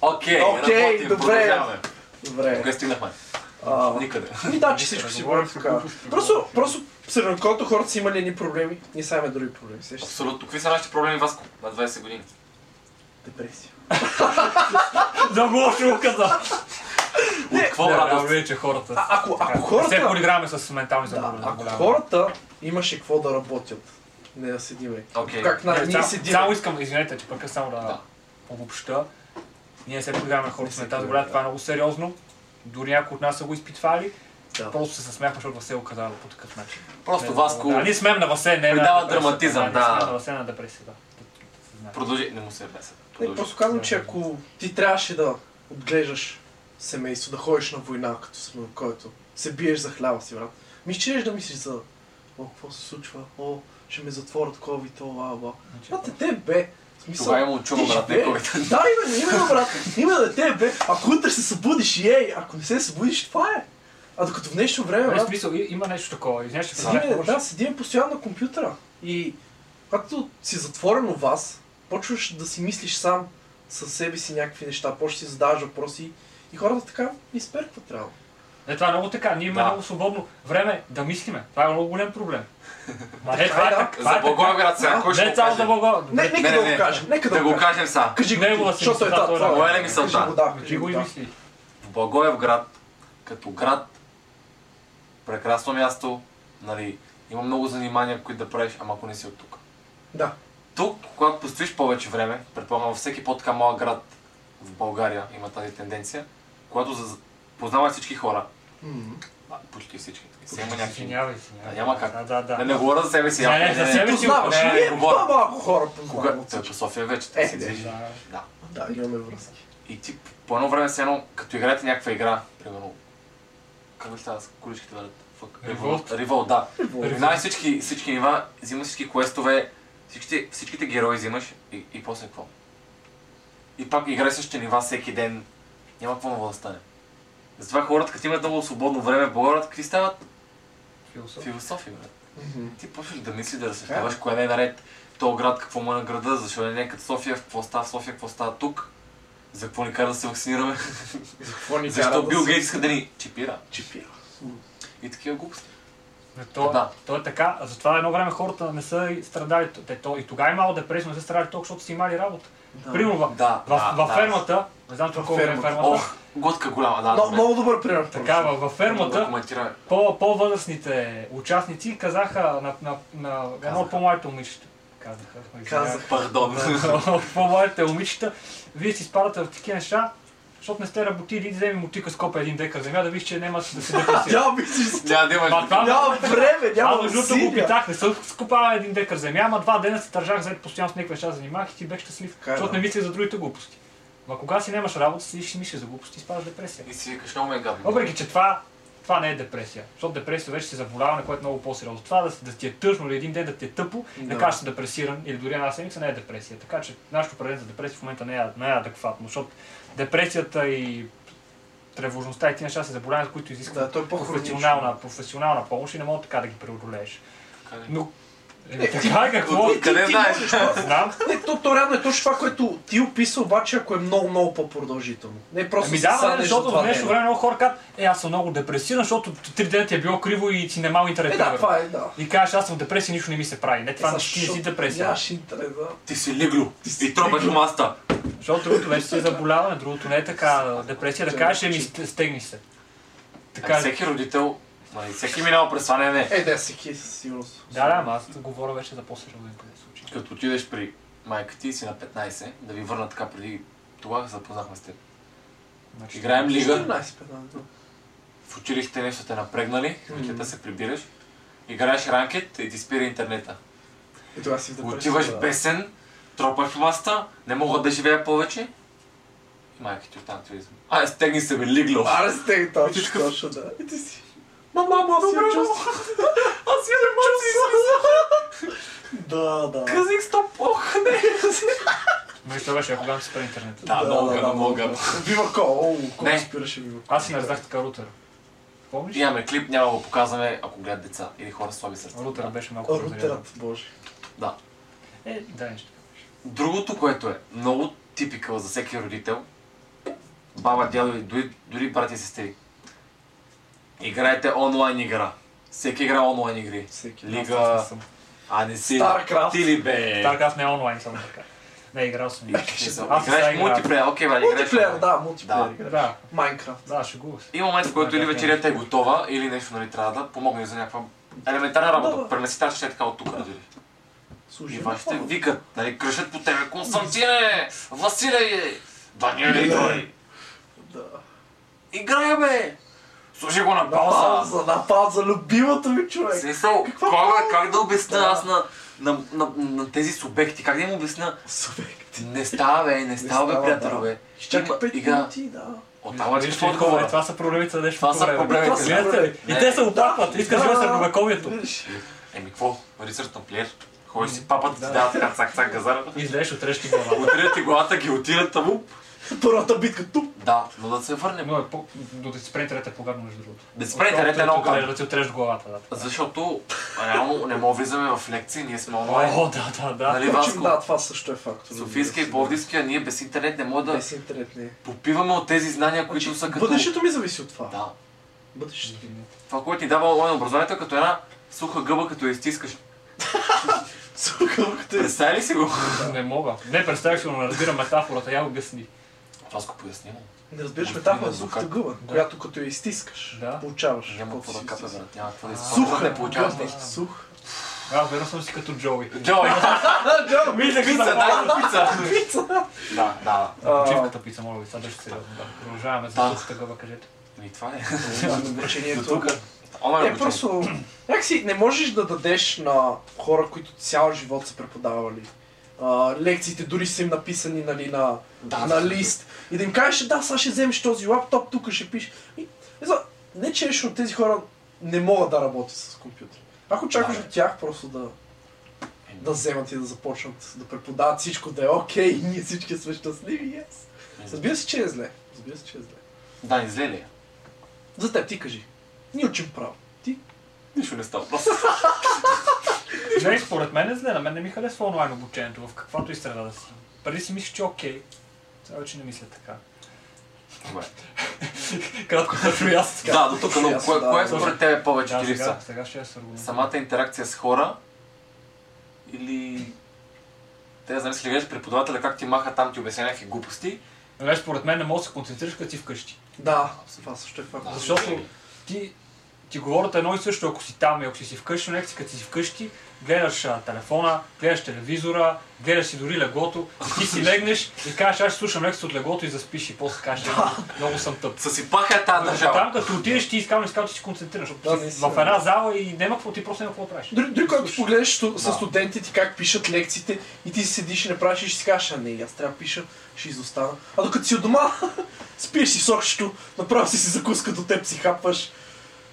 S1: Окей,
S2: Окей,
S1: работим,
S2: добре. Е.
S1: продължаваме. Къде
S2: Добре.
S1: стигнахме?
S2: А,
S1: Никъде.
S2: Ми Ами да, че всичко си говорим така. Просто, просто средновековието хората са имали едни проблеми, ние сега имаме други проблеми. Сещаш се?
S1: Абсолютно. Какви са нашите проблеми, Васко, на 20 години?
S2: Депресия.
S3: Да го още го каза.
S1: От какво
S3: Не, реално
S1: радост?
S3: вече хората.
S2: А, ако,
S3: така,
S2: ако
S3: Не се
S2: хората...
S3: подиграваме с ментални
S2: Да,
S3: заболявания.
S2: ако хората имаше какво да работят, не да седиме.
S1: Окей.
S2: Как на
S3: Не,
S2: ние
S3: Е, цяло-
S2: седим.
S3: Цяло искам, извинете, че пък само да
S1: Нали, Да.
S3: обобща. Ние не се подиграваме на хората
S2: Не
S3: с
S2: се
S3: ментална
S2: подиграваме,
S3: заболяване, това е много сериозно. Дори някои от нас са го изпитвали.
S2: Да.
S3: Просто се засмяхме, защото Васе го каза по такъв начин.
S1: Просто
S3: Не,
S1: Васко
S2: нали?
S3: Да, ние смеем на Васе, не
S1: придава
S3: на депресията.
S1: драматизъм,
S3: ние смеем
S1: да.
S3: на Васе на депресия, да. Да се знае.
S1: продължи. Не му се беса.
S2: Не,
S1: Продължи.
S2: просто казвам, че ако ти трябваше да отглеждаш семейство, да ходиш на война, като сме, който се биеш за хляба си, брат, мислиш, че да мислиш за о, какво се случва, о, ще ме затворят COVID, о, ла, ла.
S3: Значи,
S2: А дете бе, в смисъл...
S1: Тогава има чума,
S2: ти
S1: брат, не
S2: живее.
S1: ковид.
S2: Да, именно, именно, брат. Има дете бе, ако утре се събудиш и ей, ако не се събудиш, това е. А докато в днешно време,
S3: Не, в
S2: брат,
S3: Нали, смисъл, и- има нещо такова. И нещо
S1: Само-
S2: Седиме, да, седиме постоянно на компютъра. И когато си затворен у вас, почваш да си мислиш сам със себе си някакви неща, почваш да си задаваш въпроси и хората така изперкват трябва.
S3: Е, това е много така. Ние имаме
S1: Да.
S3: много свободно време да мислиме. Това е много голям проблем. Ма не,
S2: Така
S3: това
S2: е,
S3: е
S2: да.
S3: така. това е
S1: За
S3: така.
S1: Благоевград сега,
S2: Да,
S1: кой ще
S3: Не
S1: го
S3: само
S1: каже?
S3: за Бога.
S2: Не, нека
S1: не,
S2: да
S1: не.
S2: го кажем, нека да
S1: Да
S2: го
S1: го
S2: кажем.
S1: кажем сега.
S2: Кажи го,
S3: Него
S2: ти,
S3: да си
S2: защото е
S3: мисли,
S2: това.
S3: да, той е
S2: това е.
S1: моя мисъл,
S2: Кажи
S1: да.
S2: го, да.
S3: Ти
S2: кажи
S3: го
S2: го,
S3: и
S2: да.
S3: мисли.
S1: В Благоевград, като град, прекрасно място, нали, има много занимания, които да правиш, ама ако не си от тук.
S2: Да.
S1: Тук, когато постоиш повече време, предполагам във всеки по-така малък град в България има тази тенденция, когато за... познаваш всички хора,
S2: М.
S1: а, почти всички, сега има някакви...
S3: Извинявай, извинявай.
S1: Да, няма как.
S3: Да, да, да.
S1: Да не говоря за себе си,
S3: Не,
S1: а,
S3: не, за себе
S2: Ти
S3: си
S2: познаваш,
S1: не, не,
S2: ние
S1: не говоря.
S2: по-малко хора
S1: Кога...
S2: познаваме.
S1: Той по София вече,
S2: Е,
S1: той се
S2: да.
S1: движи.
S3: Да.
S1: Да.
S2: Да, имаме връзки.
S1: И ти по едно време все едно, като играете някаква игра, примерно, как беше тази с количките, бъдат?
S3: Revolt.
S1: Револ, да.
S3: Револ.
S1: Знаеш всички, всички нива, взимаш всички квестове, всичките, всичките герои взимаш и, и после какво? И пак играй същите нива всеки ден. Няма какво ново да стане. Затова хората, като имат много свободно време в България, какви стават?
S3: Философ.
S1: Философи, брат.
S2: Мгм.
S1: Ти почваш да мислиш, да разсъждаваш кое не е наред, то град, какво му е на града, защо не е като София, какво става в София, какво става тук, за какво ни кара да се вакцинираме,
S2: За какво ни кара
S1: защо
S2: да
S1: Бил
S2: се
S1: Гейтс иска да ни чипира
S2: чипира?
S1: и такива глупости.
S3: Не, То,
S1: Да.
S3: то е така, а затова едно време хората не са и страдали, те, то, и тогава е малко депресия, но не са страдали толкова, защото са имали работа.
S2: Да.
S3: Примерно в,
S1: Да,
S3: в,
S1: да,
S3: в
S1: да.
S3: фермата, не знам това
S2: В
S3: колко е
S2: фермата.
S3: фермата,
S1: Ох, глътка голяма, да.
S2: Много-
S1: добре.
S2: Много добър пример.
S3: така, в, в фермата,
S1: Да коментираме.
S3: по, по-възрастните участници казаха на, на, на едно
S1: Казаха.
S3: от по-младите момичета. Казаха. ма
S2: Казах.
S1: Пардон.
S3: извинявай. От по-младите момичета. Вие си спадате в такива неща, защото не сте работили, иди вземи мутика с копа един декар земя, да виж, че няма да се депресира.
S2: Няма мислиш,
S1: Няма да
S3: Ма
S1: имаш.
S3: това-
S2: няма време,
S3: Аз
S2: няма
S3: между другото го
S2: усилия.
S3: питах, не съм скопава един декар земя, ама два дена се държах заед постоянно с някакви неща, занимах и ти бех щастлив,
S2: Така е,
S3: защото
S2: да.
S3: не мисля за другите глупости. Ма кога си нямаш работа, седиш и мислиш за глупости и спадаш в депресия.
S1: И си викаш, много ме е гадно.
S3: Въпреки, че това, това не е депресия. Защото депресия вече си заболяване, което е много по-сериозно. Това да, си- да ти е тъжно или един ден да ти е тъпо, да,
S2: Да.
S3: кажеш си депресиран или дори една седмица не е депресия. Така че нашето определение за депресия в момента не е, не е адекватно, защото депресията и тревожността и тези неща са заболявания, които
S2: Да,
S3: изискват
S2: той е по-хронично.
S3: професионална, професионална помощ и не мога така да ги преодолееш.
S1: Така ли?
S3: Но е, така е, какво?
S1: От- Къде
S2: ти
S1: знаеш?
S2: можеш, просто-
S3: Знам.
S2: Не, то, то реално е точно това, което ти описа, обаче ако е много, много по-продължително. Не просто
S3: Ами
S2: се
S3: да, бе,
S2: саднеш за
S3: защото
S2: това
S3: в днешно
S2: време.
S3: време много хора казват, е, аз съм много депресиран, защото три дена ти е било криво и си немал интернет.
S2: Е,
S3: примерно.
S2: да, това е, да.
S3: И кажеш, аз съм в депресия, нищо не ми се прави. Не, това
S2: Е,
S3: не ти не
S2: защо
S3: си депресия.
S2: Нямаш интерес, да.
S1: Ти си лигло.
S2: си
S1: И тропаш
S2: лигло.
S1: по маста.
S3: Защото другото вече си е заболяване, другото не е така депресия. Да
S2: Че-
S3: кажеш, еми, ст- стегни се. Така е.
S1: Ами, Всеки родител, нали, всеки минал през това не, не.
S2: Е, да, всеки със сигурност.
S3: Да, да, ама аз говоря вече за по-сериозен случай.
S1: Като отидеш при майка ти и си на 15, да ви върна така преди тогава се запознахме с теб.
S3: Значи,
S1: Играем лига,
S2: 14 петнадесет, е да.
S1: в училище нещо те напрегнали,
S2: Мгм.
S1: ракета се прибираш, играеш ранкет и ти спира интернета.
S3: Е,
S2: И тогава си в депресия.
S1: Отиваш
S2: да.
S1: бесен, тропаш по маста, не мога да живея повече. И майка ти оттам ти визна. А, стегни се бе, лигло.
S2: Аре, стегни
S3: Е,
S1: И ти
S2: точно,
S1: такъв-
S2: точно, да. И ти си. Мама, мама, аз я
S1: Добре,
S2: чувствам.
S1: Аз имам емоции,
S2: Да, да.
S1: казах стоп, ох, не.
S3: Мисля, това беше, когато се спре интернет.
S1: Да, много, гадно, много. гадно.
S2: Бива кол, о,
S1: Не.
S2: кол спираше бива кол.
S3: Аз си нарезах така рутер. Помниш?
S1: Имаме клип, няма да го показваме, ако гледат деца или хора с слаби сърца.
S3: Рутера беше малко разряден.
S2: Рутерът, боже.
S1: Да.
S3: Е, да, нещо.
S1: Другото, което е много типикал за всеки родител, баба, дядо и дори, дори брати и сестри. Играйте онлайн игра. Всеки игра онлайн игри.
S2: Всеки.
S1: Лига, а не си...
S2: Старкрафт.
S1: Ти ли бе?
S3: Така, аз не е онлайн съм така. Не, играл съм.
S1: И ще се-
S3: Аз сега
S1: Играеш
S3: играя.
S1: мултиплеер, окей, брат, играеш
S2: Мултиплеер,
S1: онлайн.
S2: да, мултиплеер. игра.
S3: Да,
S2: Майнкрафт.
S3: да, шегува се.
S1: И момент, в който или вечерята е готова, или нещо, нали, трябва да помогне за някаква елементарна работа.
S2: Да, да.
S1: Пренеси тази четка от тук, нали? разбираш. И
S2: Служи.
S1: вашите викат, нали, кръшат по тебе, Константине, е, Василе, Даниели, той.
S2: Да.
S1: Играй, бе! Служи го на пауза!
S2: Напал за, напал за любимото ми човек.
S1: Смисъл, как, как да обясня аз на, на, на, на, тези субекти? Как да им обясня?
S2: Субект.
S1: Не става, бе, не става, бе,
S2: става,
S1: приятел,
S2: да.
S1: бе.
S2: Чакай
S1: Има-
S2: пет
S1: Ига,
S2: минути, да.
S1: Отдава ли
S3: Вижте,
S1: какво отговора?
S3: Това са проблемите на днешното
S1: Това е са
S3: време.
S1: проблемите.
S2: Това са
S3: Гледате ли? И
S1: Не.
S3: те се оплакват. Искаш да се
S2: Да.
S3: рубаковието.
S2: Виж,
S1: Еми, какво? Рицарът на плеер. Ходи си папата ти дава така цак цак газара.
S3: Излезеш от рещи глава.
S1: Отрия ти главата, гилотинат табу.
S2: Първата битка тук.
S1: Да, но да се върнем.
S3: Но е по... до да ти спре трета е по-гадно между другото.
S1: Да ти спре
S3: Отколкото
S1: трета е много
S3: да ти-
S1: гадно.
S3: Да ти отрежеш главата, да.
S1: Защото реално не мога влизаме в лекции, ние сме онлайн.
S3: О, да, да, да.
S1: Нали,
S2: Впрочем,
S1: Васко?
S2: да, това също е факт.
S1: Софийския и
S2: разбира се.
S1: Пловдивския, ние без интернет не можем да
S2: Без интернет не е.
S1: попиваме от тези знания, които
S2: Значи,
S1: са като...
S2: Бъдещето ми зависи от това.
S1: Да.
S2: Бъдещето.
S1: Това, което ни дава онлайн образованието, е като една суха гъба, като я изтискаш.
S2: Сука, колкото е.
S1: Представи ли си го?
S3: Не мога. Не, представях си, но не разбирам метафората. Я обясни.
S1: Това го поясним.
S2: Не разбираш
S1: Може
S2: метафора
S1: би
S2: за
S1: на
S2: сухата
S1: дука.
S2: гъба,
S3: Да.
S2: която като я изтискаш,
S3: Да.
S2: получаваш.
S1: Няма какво
S2: каквото
S1: да
S2: си
S1: капе,
S2: изтискаш.
S1: брат. Няма какво да изтискаш.
S2: Суха
S1: Не получаваш
S2: гъба,
S1: нещо.
S2: Сух.
S3: Аз верно съм си като Джоуи.
S1: Джой!
S2: Джо,
S3: Мисля,
S1: Пица, дай ми пица!
S2: пица!
S1: Да, да, да.
S2: А.
S3: Почивката писа, моля ви, сега беше сериозно. Да. Продължаваме за
S1: Да.
S3: сухата гъба, кажете.
S1: И това е.
S2: Обучението.
S1: тук. Е, Онлайн обучение.
S2: Не, Е, просто... Някакси не можеш да дадеш на хора, които цял живот са преподавали. А, лекциите дори са им написани нали, на,
S1: Да,
S2: на
S1: да.
S2: лист. И да им кажеш, да, сега ще вземеш този лаптоп, тук ще пишеш. И, не, знам, не че нещо, тези хора не могат да работят с компютър. Ако чакаш
S1: Да, бе.
S2: от тях просто да, да вземат и да започнат да преподават всичко, да е окей, и ние всички сме щастливи.
S1: Е,
S2: Yes. Разбира се, че е зле. Разбира се, че е зле.
S1: Да, изле ли? е?
S2: За теб ти кажи. Ние учим право. Ти
S1: Нищо не става.
S3: Не, според мен е зле, на мен не ми харесва онлайн обучението, в каквато и страна да си. Преди си мислих, че е окей. Сега вече не мисля така.
S1: Добре.
S3: Кратко като и аз така.
S1: Да, до тук, но
S2: Ясно,
S1: кое,
S2: да,
S1: кое
S2: да.
S1: според тебе е повече ти
S3: Да, сега,
S1: липса?
S3: сега ще я се аргументирам.
S1: Самата интеракция с хора или... Те да замисли, гледаш преподавателя как ти маха там, ти обясня някакви глупости.
S3: Нали, според мен не можеш да се концентрираш като си вкъщи.
S2: Да, това също е факт.
S1: Да.
S3: Защото ти, ти говорят едно и също, ако си там и ако си си вкъщи, но някакси като си си вкъщи, гледаш а, телефона, гледаш телевизора, гледаш си дори леглото, и ти си легнеш и кажеш, аз ще слушам лекция от леглото и заспиш и после кажеш, много съм тъп.
S1: Съсипаха я тази държава.
S3: Там като отидеш, ти искам, искам, че си концентрираш.
S2: Да,
S3: защото си
S2: наистина.
S3: в една зала и няма какво, ти просто няма какво да правиш.
S2: Дори, дори когато погледнеш сту,
S1: Да.
S2: с студентите как пишат лекциите и ти си седиш и не правиш и ще си кажеш, а не, аз трябва да пиша, ще изостана. А докато си от дома, спиеш си сокчето, направо си си закуска до теб си хапваш.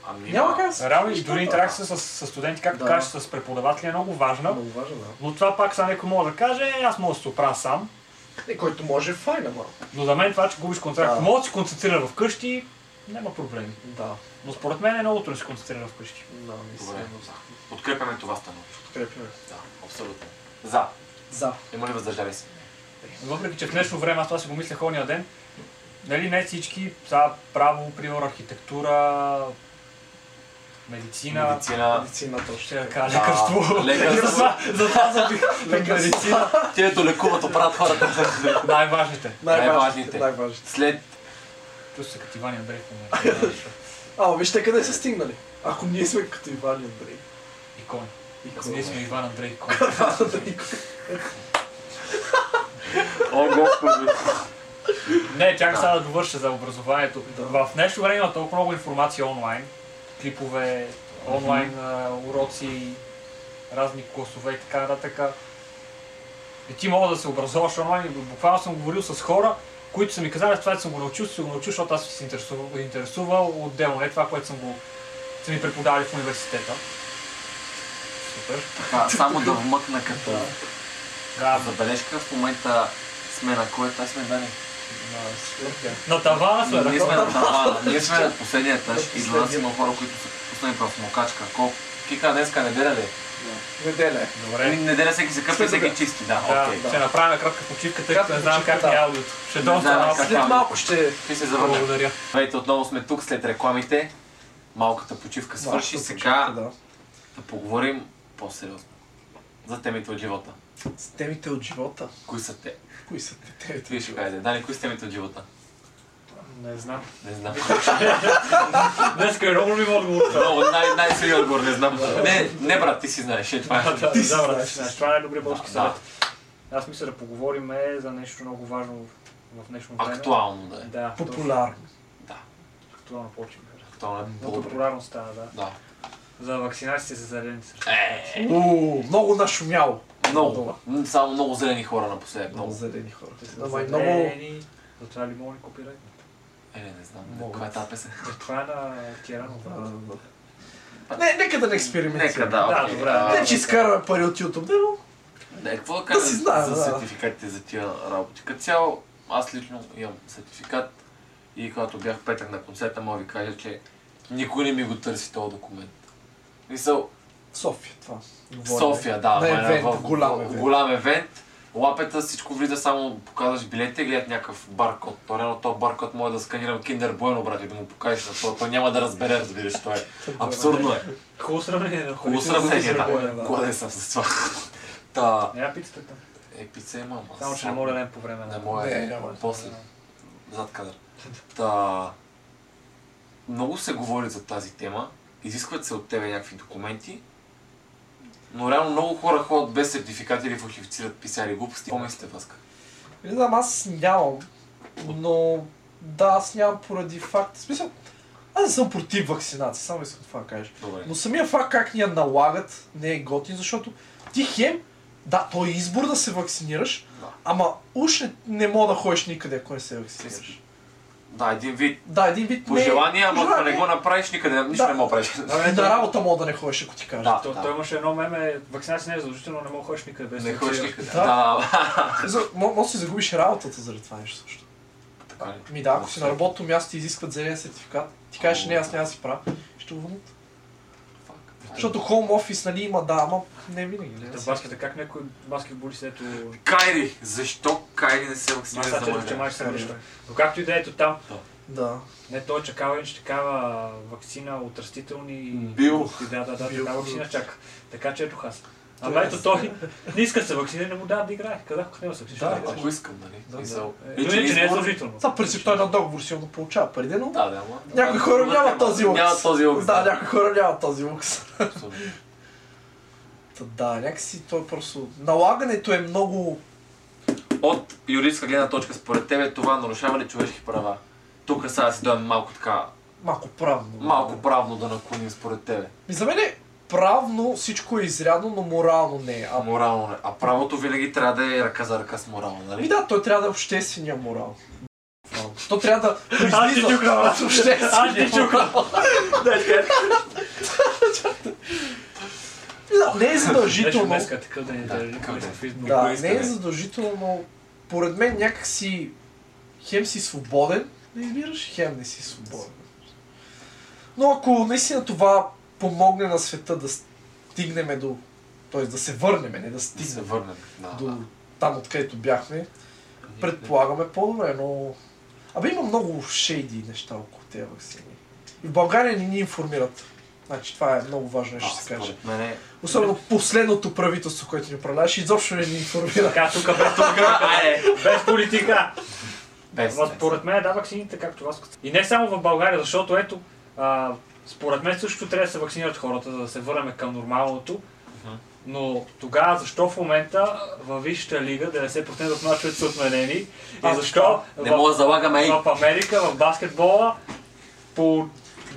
S1: Ами,
S2: Няма
S1: да.
S2: как да се
S3: Реално и
S2: случиш
S3: дори
S2: това.
S3: интеракция с, с студенти, както
S2: Да.
S3: кажеш, с преподаватели е много важна.
S2: Много важно, да.
S3: Но това пак сега някой може да каже, е, аз мога да се оправя сам.
S2: Е, който може е файн, ама.
S3: Но за мен това, че губиш концентрация,
S2: Да.
S3: ако мога да се концентрира вкъщи, няма проблеми.
S2: Да,
S3: Но според мен е много трудно да се концентрира вкъщи.
S2: да,
S1: Добре.
S2: мисля,
S1: Подкрепяме това становище.
S2: подкрепяме.
S1: Да, абсолютно. За.
S2: За.
S1: Има ли въздържали се?
S3: Въпреки, че в днешно време, аз това си го мислех ония ден, нали не всички, са право, примерно архитектура, медицина,
S1: Медицина.
S2: Медицина точно.
S3: ще я кажа,
S1: Да,
S3: лекарство.
S1: лекарство.
S3: Затова- Затова забих. Медицина.
S1: Те ето лекуват, оправят хората.
S3: Най-важните.
S1: Най-важните.
S2: Най-важните. Най-важните.
S1: След
S3: Чувствам се като Иван Андрей.
S2: А, вижте къде са стигнали. Ако ние сме като Ивали Андрей.
S3: Икон.
S2: И
S3: Аз Ние сме Иван Андрей Икон.
S1: О, Господи!
S3: Не, чакай сега да довърша за образованието.
S2: Да.
S3: В днешно време има толкова много информация онлайн. Клипове, онлайн а, уроци, разни класове и така нататък. И ти мога да се образоваш онлайн. Буквално съм говорил с хора, които са ми казали, това съм го научил, си го научил, защото аз съм се интересувал, интересувал отделно. Не е това, което съм го са ми преподавали в университета. Супер.
S1: Така, само да вмъкна като
S3: Да,
S1: забележка. В момента сме на кое? Та сме Дани.
S3: на тавана сме.
S1: Ние
S3: да.
S1: сме на тавана. Ние сме на последния етаж и до нас
S2: Последния.
S1: има хора, които са пуснали в мокачка. Колко? Кика, днеска неделя ли? е?
S2: Неделя е.
S3: Добре.
S1: Ами, Неделя всеки се къпи,
S2: След
S1: всеки
S2: обяд.
S1: чисти. Да,
S3: Да,
S1: окей.
S3: ще направим кратка почивка, тъй като
S2: Кратка
S3: не знам как
S2: почивка,
S3: е
S2: да.
S3: аудиото. Ще
S1: Не
S3: доста
S1: знам
S3: малко.
S1: как.
S2: След малко ще
S1: Ти се завърна.
S3: Благодаря.
S1: Здравейте, отново сме тук след рекламите. Малката е почивка свърши.
S2: Малката
S1: Сега
S2: почивка,
S1: да поговорим по-сериозно. За темите от живота.
S2: да. С темите от живота.
S1: Кои са те?
S2: Кои са те темите?
S1: Вие
S2: от
S1: ще
S2: живота?
S1: кажете. Дани, кои са темите от живота?
S3: Не знам.
S1: Не знам.
S3: Днеска е много ми отговор.
S1: Много най- най-силният отговор, не знам. Не, не брат, ти си знаеш. Е, това е.
S3: Да,
S2: Ти си
S3: да, брат,
S2: знаеш.
S3: знаеш, това е най-добрият български
S1: Да, да.
S3: съвет. Аз мисля да поговорим е за нещо много важно в днешно време.
S1: Актуално да е.
S3: Да,
S2: Популярно.
S3: точно, актуално почваме. брат.
S1: по този начин.
S3: Много
S1: По-добре.
S3: популярно стана, да.
S1: е. Да.
S3: За вакцинациите за зелени също.
S1: Е,
S2: Уу, много нашумяло.
S1: много. М, Само много зелени хора напоследък.
S2: Много
S1: Много.
S2: зелени хора.
S3: За
S2: Ама и много...
S3: зелени, За това ли мога ли копирайт?
S1: Е, не знам.
S2: Много.
S1: Каква е тази песен?
S3: За това е на Тирано.
S2: А,
S3: брат.
S2: да. Не, нека да не експериментираме.
S1: Нека да.
S3: Да,
S1: окей.
S3: добре.
S1: А,
S2: Не, че изкарваме пари от YouTube, не, но...
S1: Да, какво да
S2: Да
S1: кажа
S2: си знаем,
S1: за
S2: да.
S1: сертификатите за тия работи? Като цяло, аз лично имам сертификат и когато бях петък на концерта, мога да ви кажа, че никой не ми го търси този документ. Мисъл,
S2: в София, това.
S1: в
S2: Говорим.
S1: София, да,
S2: На
S1: ама е
S2: евент,
S1: в-
S2: голям
S1: в-
S2: евент.
S1: голям евент. Лапета всичко влиза, само показваш билета и гледат някакъв баркод. То реално този баркод може да сканирам киндер Bueno, брат, и да му покажеш на това. Той няма да разбере, разбираш, той е. Абсурдно е.
S3: Хубаво сравнение на
S1: Хубаво
S3: хората.
S1: сравнение,
S2: Bueno,
S1: да.
S2: да.
S1: Гладен съм с това. Та,
S3: Няма пицата там.
S1: е, пица имам. аз
S3: Само, че не
S1: сам-
S3: мога да дадем по време на...
S1: Не мога,
S2: Не,
S1: е,
S2: няма.
S1: после, зад кадър. Та, много се говори за тази тема, изискват се от тебе някакви документи, но реално много хора ходят без сертификати или фалшифицират писали глупости. Какво мислите, Васка?
S2: Не знам, аз нямам. Но да, аз нямам поради факт. В смисъл, аз не съм против вакцинация, само искам това да кажа.
S1: Добре.
S2: Но самия факт как ни я налагат не е готин, защото ти хем, да, той е избор да се вакцинираш,
S1: Да.
S2: ама уж не, не мога да ходиш никъде, ако не се вакцинираш.
S1: Да, един вид
S2: Да, един вид не... е-
S1: пожелание, ама ако не
S2: пожелание.
S1: го направиш, никъде нищо
S2: Да.
S1: не мога да правиш.
S2: На работа мога да не ходиш, ако ти кажа.
S1: Да.
S3: То- Той имаше едно меме, вакцинация не е задължително, не мога да ходиш никъде без
S1: Не
S3: да
S1: ходиш
S3: отидеш.
S1: никъде.
S2: Да.
S1: Да,
S2: За- мо- Може да си загубиш работата заради това нещо също.
S1: така ли?
S2: Ми да, ако си на работното място и изискват зелен сертификат, ти кажеш, не, аз няма да си правя, ще го вълнат. Защото хоум офис, нали, има да, ама не винаги. нали? Не,
S3: Та
S2: не
S3: баскета, как някой баскетболист, ето...
S1: Кайри! Защо Кайри не се вакцинира
S3: Маса
S1: за
S3: че
S1: мъжа?
S3: май ще се връща. Но както и да е, ето там,
S2: Да.
S3: не той чакава нищо такава вакцина от растителни...
S1: Бил.
S3: и Да, да, да,
S2: Бил.
S3: такава вакцина чака. Така че ето хас. Ама
S2: Той
S3: ето
S2: е-
S3: той не иска да се вакцинира, не му дава да играе. Казах, ако не се вакцинира.
S2: Да,
S3: ще играеш.
S1: Ако искам, нали?
S2: Да,
S1: Мисъл,
S3: Е,
S1: личен
S3: Иначе не е
S1: избор.
S3: задължително.
S2: Това принцип той на договор си го получава пари, но
S1: Да, да, ама.
S2: Някои хора нямат този лукс.
S1: Нямат този лукс.
S2: Да, някои хора нямат този лукс.
S1: Абсолютно.
S2: Та Да, някакси той просто... Налагането е много...
S1: От юридическа гледна точка, според тебе това нарушава ли човешки права? Тук сега да си дойдем малко така,
S2: малко правно.
S1: малко правно да наклоним според тебе.
S2: Ми за мен е правно всичко е изрядно, но морално не е.
S1: А
S2: А,
S1: морално не. А правото винаги трябва да е ръка за ръка с морала,
S2: Ами
S1: нали?
S2: да, той трябва да е обществения морал. То трябва да
S3: Аз ти
S2: излиза
S3: чукам,
S2: от обществения
S3: Аз ти чукам.
S2: морал. е Да, Не е
S3: Беше
S2: задължително.
S3: днеска такъв да ни
S1: Да,
S3: да ни
S1: такъв
S3: влезе
S1: ден.
S3: в избор.
S2: Да,
S1: иска,
S2: не е
S1: бе.
S2: задължително, но поред мен някакси хем си свободен да избираш, хем не си свободен. Но ако наистина това помогне на света да стигнем до... т.е. да се върнем, не да
S1: Ти се
S2: стигнем
S1: върнем. Да, да.
S2: до там откъдето бяхме, предполагаме по-добре, но... Абе има много шейди неща около тези вакцини. И в България не ни информират. Значи това е много важно
S1: А,
S2: нещо, ще се каже.
S1: според мен е...
S2: Особено последното правителство, което ни управляваше, изобщо не ни информира.
S3: Така, тук без тук.
S1: Айде!
S3: Без политика.
S1: Без,
S3: Ама
S1: без.
S3: според мен, да, ваксините, както вас. И не само в България, защото ето, а, според мен също трябва да се вакцинират хората, за да се върнем към нормалното.
S1: Мгм.
S3: Но тогава защо в момента във Висшата лига 90% от мачовете са отменени? И
S2: А,
S3: защо
S1: Не
S3: в,
S1: мога да залагаме и...
S3: в Америка, в баскетбола, по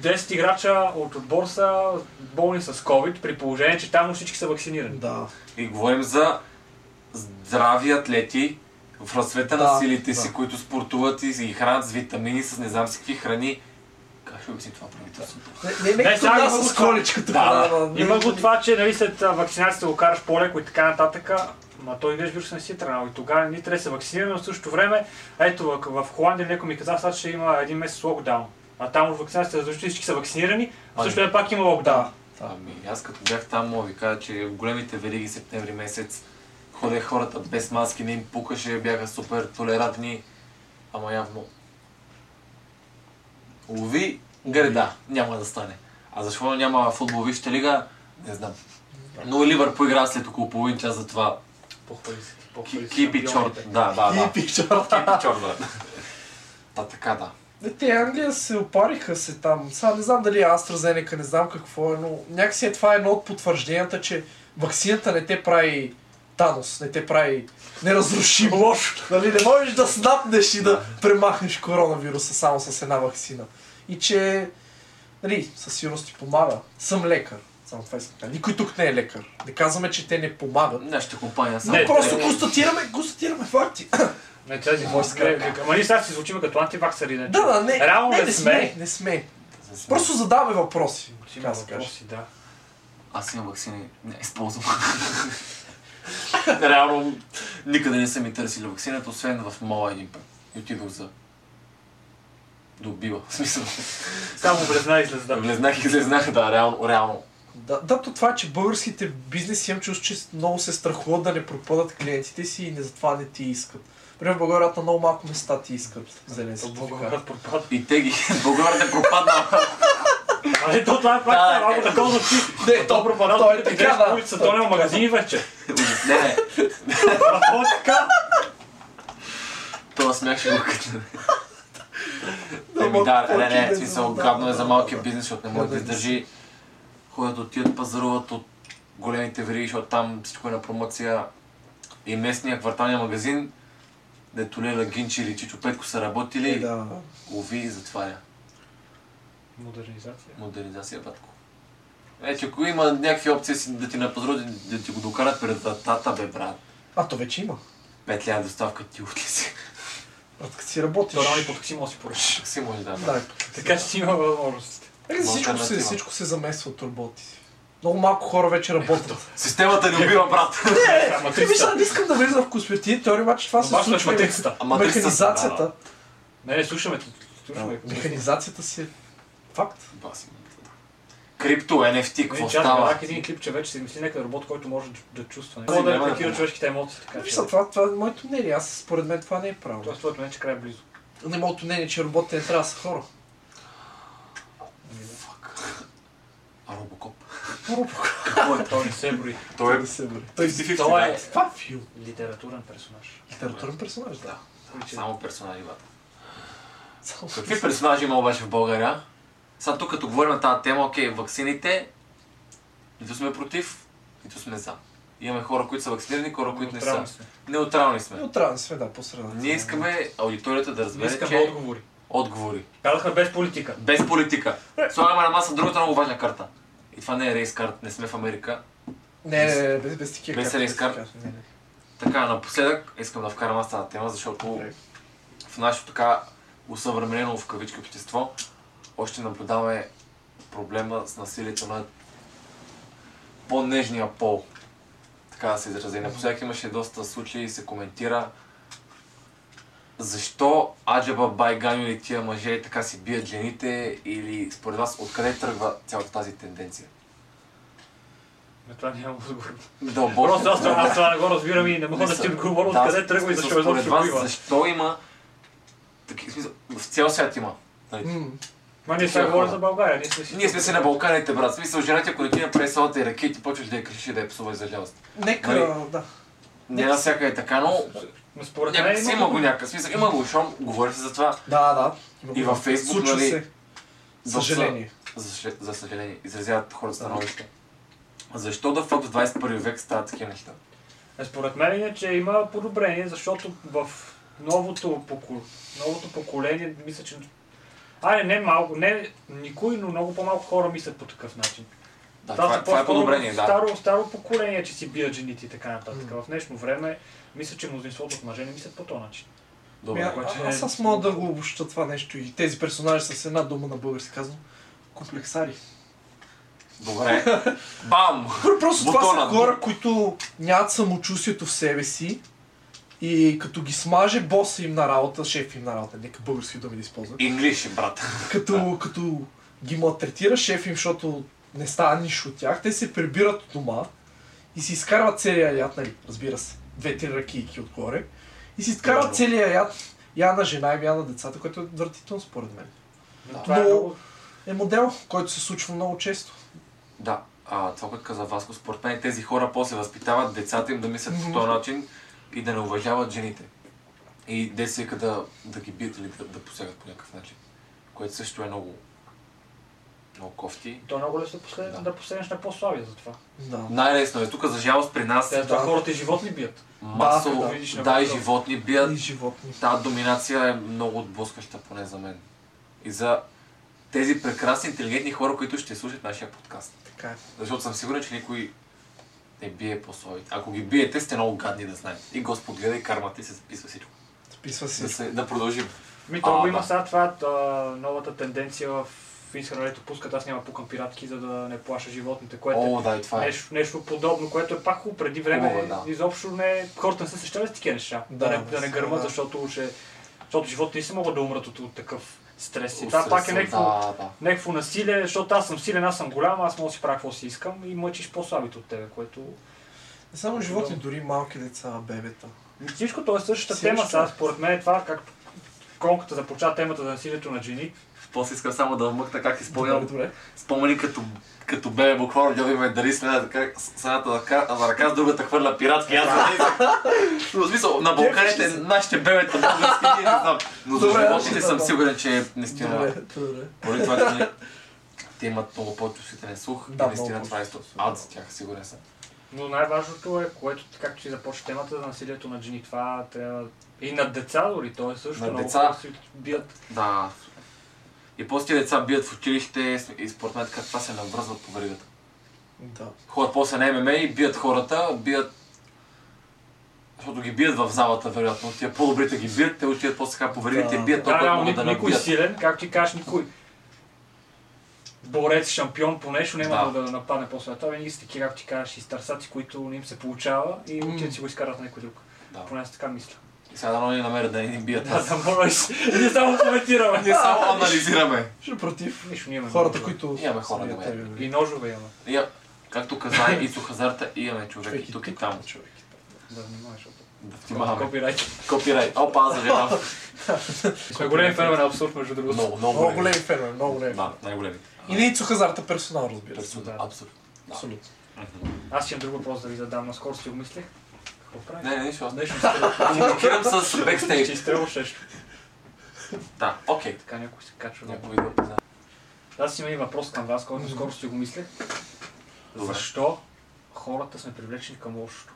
S3: 10 играча от отбор са болни с COVID, при положение, че там всички са вакцинирани.
S2: Да.
S1: И говорим за здрави атлети в разцвета на
S2: Да,
S1: силите си,
S2: да.
S1: които спортуват и, и хранят с витамини, с не знам си какви храни. Как ще обясни това правителство?
S2: Не, не, не,
S3: Не,
S2: като
S3: сега има
S2: нас
S3: го
S2: с
S3: това.
S2: количката.
S1: Да,
S2: храна, не-
S3: Има го това, че нали, след а, вакцинацията го караш по-леко и така нататък, ма той виж вируса не си е тръгнал и тогава ни трябва да се вакцинираме, но в същото време, ето в, в Холандия леко ми каза, сега ще има един месец локдаун. А там от вакцинацията е задължително, всички са вакцинирани, а
S1: Ами.
S3: също е пак има локдаун.
S2: Да. да.
S1: Ами, аз като бях там, мога ви кажа, че в големите вериги септември месец ходех хората без маски, не им пукаше, бяха супер толерантни. Ама явно... Лови града, няма да стане. А защо няма футболвища лига, не знам. Но Ливър поигра след около половин час за това.
S3: Похвали се,
S1: Ки-
S3: похвали се
S1: Кипи чорт.
S3: шампионите.
S1: Да, да, да.
S2: И пичора.
S1: Кипи чорт, брат. Та така, да.
S2: Е, Те Англия се опариха се там. Сега не знам дали е AstraZeneca, не знам какво е, но някакси е това е едно от потвържденията, че ваксината не те прави Танос, не те прави неразрушим. Лошо. Нали, не можеш да снапнеш и да премахнеш коронавируса само с една ваксина. И че Нали, със сигурност ти помага. Съм лекар. Само това искам да кажа. Никой тук не е лекар. Не казваме, че те не помагат.
S1: Нашата компания само.
S2: Не,
S3: Не,
S2: просто
S1: е-
S2: констатираме, констатираме факти.
S3: Не, тази
S2: Морска ръка.
S3: морска Ама ние сега се звучим като антиваксари, не?
S2: да, да, не.
S3: Реално
S2: не,
S3: не,
S2: не
S3: сме.
S2: Не сме.
S1: Аз съм-
S2: Просто задаваме въпроси.
S3: Ще
S2: Така
S3: Има
S2: да се каже.
S3: въпроси, да.
S1: Аз имам вакцина и не я използвам. Реално никъде не са ми търсили вакцината, освен в мола един път. И отидох за добива. В смисъл.
S3: Само влезна и слезда.
S1: Влезнах и излезнах, да, реално. реално.
S2: Да, да, то това, е, че българските бизнеси имам чувство, че много се страхуват да не пропадат клиентите си и не затова не ти искат. Примерно в България на много малко места ти искат зелен сертификат.
S3: Българът пропада.
S1: И те ги. Българите пропадна.
S3: Али то това е пак
S1: Да,
S3: да, работа, то звучи. Не, то пропада.
S2: той е
S3: Той
S2: така,
S3: така,
S2: да.
S3: да. Улица, то няма магазини вече.
S1: не, не.
S3: А то е така.
S1: Това смях ще го кътне.
S2: Да,
S1: Еми
S2: ма,
S1: да,
S2: какво
S1: не,
S2: ти
S1: не,
S2: да
S1: в смисъл,
S2: задава?
S1: гадно е за малкия бизнес, защото не може да
S2: Да, да,
S1: издържи. Ходят, отиват, пазаруват от големите вериги, защото там всичко е на промоция. И местния кварталния магазин, дето Лела Гинчи или Чичо Петко са
S2: Е,
S1: работили,
S2: да.
S1: лови и затваря.
S3: Модернизация.
S1: Модернизация, батко. Е, че ако има някакви опции си да ти напазаруват, и да ти го докарат пред вратата, бе, брат.
S2: А, то вече има.
S1: Пет лева доставка ти отли си.
S2: Брат, като си работиш.
S3: То рано и под такси може да си поръчаш.
S1: Как си може да, да.
S2: Да,
S3: Така че си има възможност.
S2: Нали, всичко, се,
S1: Альтернатива.
S2: всичко се замесва от работи. Много малко хора вече
S3: Е,
S2: работят.
S1: Системата ни убива, брат.
S3: Ама
S2: Ти виж,
S3: триста.
S2: не искам да влизам в конспиративни теории, обаче това се
S3: Обаче
S2: случва. и мех-
S3: матицата.
S1: Ама тъй са-
S2: Механизацията.
S3: Не, не, слушаме те.
S2: Да,
S3: Слушаме.
S2: Механизацията си е факт.
S1: Баси. Крипто, NFT,
S3: Какво
S1: какво
S3: Чак става?
S1: става?
S3: Рак един клип, че вече си мисли някакъв робот, който може да- да чувства. Не
S1: Аз
S3: мога да
S1: няма да
S3: рефлектира
S1: помня.
S3: човешките емоции. Така
S2: Виж,
S3: че.
S2: сега, това, това е моето мнение. Аз според мен това не е правилно.
S3: Тоест, твоето не че край е близо.
S2: Не моето мнение, е, че работите не трябва да са хора.
S1: А, Робокоп.
S3: Какво е? Той не се брои.
S1: Той е
S2: Да се бъде. Той си
S3: Той е
S2: Това е фил.
S3: литературен персонаж.
S2: Литературен персонаж, да.
S1: Само персонажи, бата.
S2: Само
S1: Какви персонажи има обаче в България? Сега тук като говорим на тази тема, окей, ваксините, нито сме против, нито сме за. Имаме хора, които са вакцинирани, хора, които не са.
S3: Неутрални сме.
S1: Неутрални сме.
S2: Неутрални сме, да, по средата.
S1: Ние искаме аудиторията да
S3: Не
S1: разбере,
S3: искаме
S1: че
S3: отговори.
S1: отговори.
S3: Казахме без политика.
S1: Без политика. Слагаме на маса другата много важна карта. И това не е рейс карта, не сме в Америка.
S2: Не, не, не, без, без такива
S1: Без
S2: карти,
S1: рейс карт.
S2: такива. Не, не.
S1: Така, напоследък искам да вкарам аз тази тема, защото
S2: Добре.
S1: в нашето така усъвременено в кавички общество още наблюдаваме проблема с насилието на по-нежния пол. Така да се изразя. И Напоследък имаше доста случаи и се коментира защо Аджаба Байган или тия мъже така си бият жените или според вас откъде тръгва цялата тази тенденция?
S3: На това нямам отговор.
S1: Дълбоко.
S3: Просто аз това,
S1: дълбоко.
S3: аз това не го разбирам и не мога да
S1: Мисъл.
S3: ти отговоря
S1: Да,
S3: откъде тръгва и
S1: смисъл,
S3: защо
S1: според
S3: изобщо
S1: вас,
S3: го има.
S1: Защо има такива смисъл? В цял свят има. Нали?
S2: М,
S3: Ма ние сега
S1: такива
S3: говорим
S1: е хора?
S3: за България, ние сме си.
S1: Ние сме си на Балканите, брат. В Смисъл, жената, ако не ти направи салата и ракети, ти почваш да я криши да я псуваш за жалост.
S2: Нека,
S1: Нали?
S2: да.
S1: Не навсяка е така, но
S3: Ма според мен
S1: някакси има го някакъв смисъл. Има го, шом, говори се за това.
S2: Да, да. Има
S1: И
S2: го.
S1: във Фейсбук,
S2: Случва
S1: нали,
S2: се.
S1: доста-
S2: Съжаление.
S1: За, шле- за съжаление, изразяват хората становище. Защо да фак в 21 век стават такива неща?
S3: Е, Според мен е, че има подобрение, защото в новото, покол... новото поколение, мисля, че... Айде, не малко, не никой, но много по-малко хора мислят по такъв начин.
S1: Да,
S3: Това,
S1: това,
S3: са
S1: това е
S3: по-скоро
S1: подобрение, да.
S3: Старо, старо поколение, че си бият жените и така нататък. В днешно време, мисля, че мнозинството от мъже не мислят по този начин.
S2: Ми,
S1: Добре.
S2: а-
S3: Обаче-
S2: Аз аз мога да го обобща това нещо и тези персонажи с една дума на български казвам. Комплексари.
S1: Добре. Бам!
S2: Просто това са
S1: Бутона.
S2: хора, които нямат самочувствието в себе си и като ги смаже боса им на работа, шеф им на работа, нека български думи да използвам.
S1: Инглиш, брат.
S2: Като, като ги малтретира шеф им, защото не става нищо от тях, те се прибират от дома и си изкарват целия яд, нали, разбира се, две-три ракийки отгоре, и си изкарват
S1: Верно.
S2: целия яд, я на жена им, я на децата, което е отвратително според мен.
S3: Но,
S1: Да.
S3: това е
S2: Но-
S3: много...
S2: Е модел, който се случва много често.
S1: Да, а, това, което каза Васко, според мен тези хора после възпитават децата им да мислят
S2: Мгм.
S1: по този начин и да не уважават жените. И де се вика да, да ги бият или да, да посягат по някакъв начин. Което също е много, много кофти.
S3: То е много лесно послед...
S1: Да.
S3: да. посегнеш на по-слабия за това.
S2: Да.
S1: Най-лесно е тук, за жалост при нас
S3: След
S1: е
S3: това
S2: Да.
S3: хората и животни бият.
S1: масово.
S2: да,
S1: Да,
S3: видиш,
S1: и
S3: например.
S1: животни бият.
S2: И животни.
S1: Та доминация е много отблъскваща, поне за мен. И за тези прекрасни, интелигентни хора, които ще слушат нашия подкаст.
S2: Така е.
S1: Защото съм сигурен, че никой не бие по словите. Ако ги биете, сте много гадни да знаете. И Господ гледа и кармата и се записва всичко.
S2: Списва
S1: Да,
S2: си.
S1: се, да продължим.
S3: Ми
S1: А,
S3: то го има
S1: да.
S3: сега това, а, новата тенденция в Инстаграм, дето пускат, аз няма пукам пиратки, за да не плаша животните, което е
S1: О, да, и това е.
S3: нещо, нещо подобно, което е пак хубаво преди време.
S1: Хубаво, да.
S3: Изобщо не, хората не са сещали с такива неща. Да,
S2: Да,
S3: не, да не
S2: да.
S3: гърмат, защото, ще, защото животните не са могат да умрат от, от такъв стрес. И това
S1: Устресен,
S3: пак е някакво,
S1: Да, да.
S3: някакво насилие, защото аз съм силен, аз съм голям, аз мога да си правя какво си искам и мъчиш по-слабите от тебе, което...
S2: Не само животни, дори малки деца, бебета.
S3: Всичко то е същата
S2: Всичко.
S3: тема сега, според мен е това, както конката започва темата за насилието на жени,
S1: После искам само да вмъкна как
S2: Добре,
S1: изпълням
S2: добре.
S1: спомени като, като бебе, буквално дядо ме дари с една така, с с едната ръка, а за ръка, с другата хвърля пиратки. Аз Но в смисъл, на Балканите, нашите бебета, български, ние не знам. Но за
S2: Добре,
S1: животните
S2: аз ще
S1: съм
S2: знам.
S1: сигурен, че е наистина,
S2: Добре, добре.
S1: поради това, че ние- те имат много по-чувствителен слух,
S2: Да,
S1: и наистина
S2: много
S1: това е сто- ад за тях, сигурен съм.
S3: Но най-важното е, което, както си започва темата за насилието на жени, това трябва... И на деца дори, то е също.
S1: На
S3: много
S1: деца.
S3: хора си бият.
S1: Да. И после тия деца бият в училище и според мен така това се навръзват по веригата.
S2: Да.
S1: Ходят после на ММА и бият хората, бият... Защото ги бият в залата, вероятно. Тия по-добрите ги бият, те отиват после така по веригите и
S2: Да.
S1: бият
S3: Да,
S1: Е, толкова,
S3: реално
S1: да, да
S3: ни- никой е-
S1: набият.
S3: силен, както ти кажеш, никой борец, шампион по нещо, няма
S1: Да.
S3: да, да нападне после това. Винаги са такива, както ти кажеш, и старсаци, които не им се получава и
S2: М.
S3: отиват си го изкарат на някой друг.
S1: Да.
S3: Поне аз така мисля.
S1: И сега дано ни намерят да ни бият.
S3: Да,
S1: Аз
S3: да, мога и с- и не само коментираме.
S1: ние само анализираме.
S2: Ще против
S3: Нищо, ние имаме
S2: хората,
S3: ножове.
S2: които... нали?
S1: Имаме хора,
S2: бият
S1: добре.
S2: тебе, бе.
S3: И ножове имаме.
S1: Я, както каза и Хазарта, имаме човек и тук и там.
S2: Човек.
S3: Да внимаваш. защото-
S1: Да внимаваме.
S3: Копирайт.
S1: Копирай. Опа, аз съжалявам.
S3: Сме големи фенове
S2: е
S3: на абсурд, между другото.
S1: Много, много
S2: Много
S1: големи.
S2: големи фенове, много големи.
S1: Да, най-големи.
S2: И не Ицо Хазарта персонал, разбира се.
S1: Абсолютно. Абсолютно. Да.
S2: Абсолютно.
S3: Аз имам друг въпрос да ви задам, наскоро си обмислих. Какво правиш?
S1: Не, не, нищо. аз
S3: Нещо ще
S1: Комуникирам с
S3: Ще
S1: бекстейдж.
S3: изстрелваш нещо.
S1: Да, окей.
S3: Така някой се качва. да.
S1: Някой да да.
S3: Аз имам и въпрос към вас, който скоро си го мислех.
S1: Добре.
S3: Защо хората сме привлечени към лошото?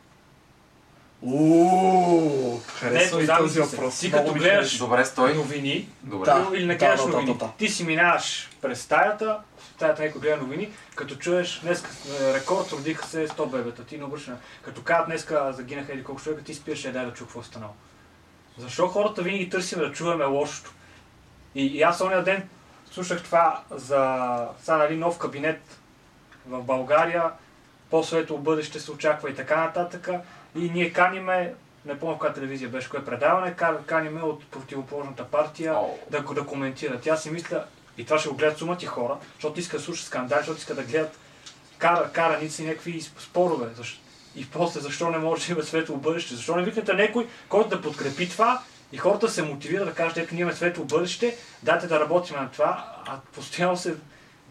S2: Ууу,
S3: Не,
S2: харесва и
S3: замисли
S2: този
S3: се.
S2: въпрос.
S3: Ти
S2: Много
S3: като
S2: ми
S3: гледаш-
S2: харесва.
S1: Добре, стой.
S3: Новини.
S1: Добре.
S2: Да.
S3: Или не
S2: Да,
S3: гледаш
S2: да, да,
S3: новини.
S2: да, да.
S3: Ти си минаваш през стаята, в стаята някой гледа новини, като чуеш днес е, рекорд, родиха се 100 бебета. Ти не обръща. Като кажат днеска загинаха или колко човека, ти спираш е дай да чу какво е станало. Защо хората винаги търсим да чуваме лошото? И, и аз ония ден слушах това за сега, нали, нов кабинет в България, по-светло бъдеще се очаква и така нататък. И ние каниме, не помня в коя телевизия беше, кое предаване, кар- каниме от противоположната партия
S1: Ау.
S3: да, да коментират. И аз си мисля, и това ще го гледат сумати хора, защото искат да слушат скандали, защото искат да гледат кара, караници и някакви сп- спорове. Защ- И после защо не може да има светло бъдеще? Защо не викнете някой, който да подкрепи това и хората се мотивират да кажат, ето ние имаме светло бъдеще, дайте да работим на това, а постоянно се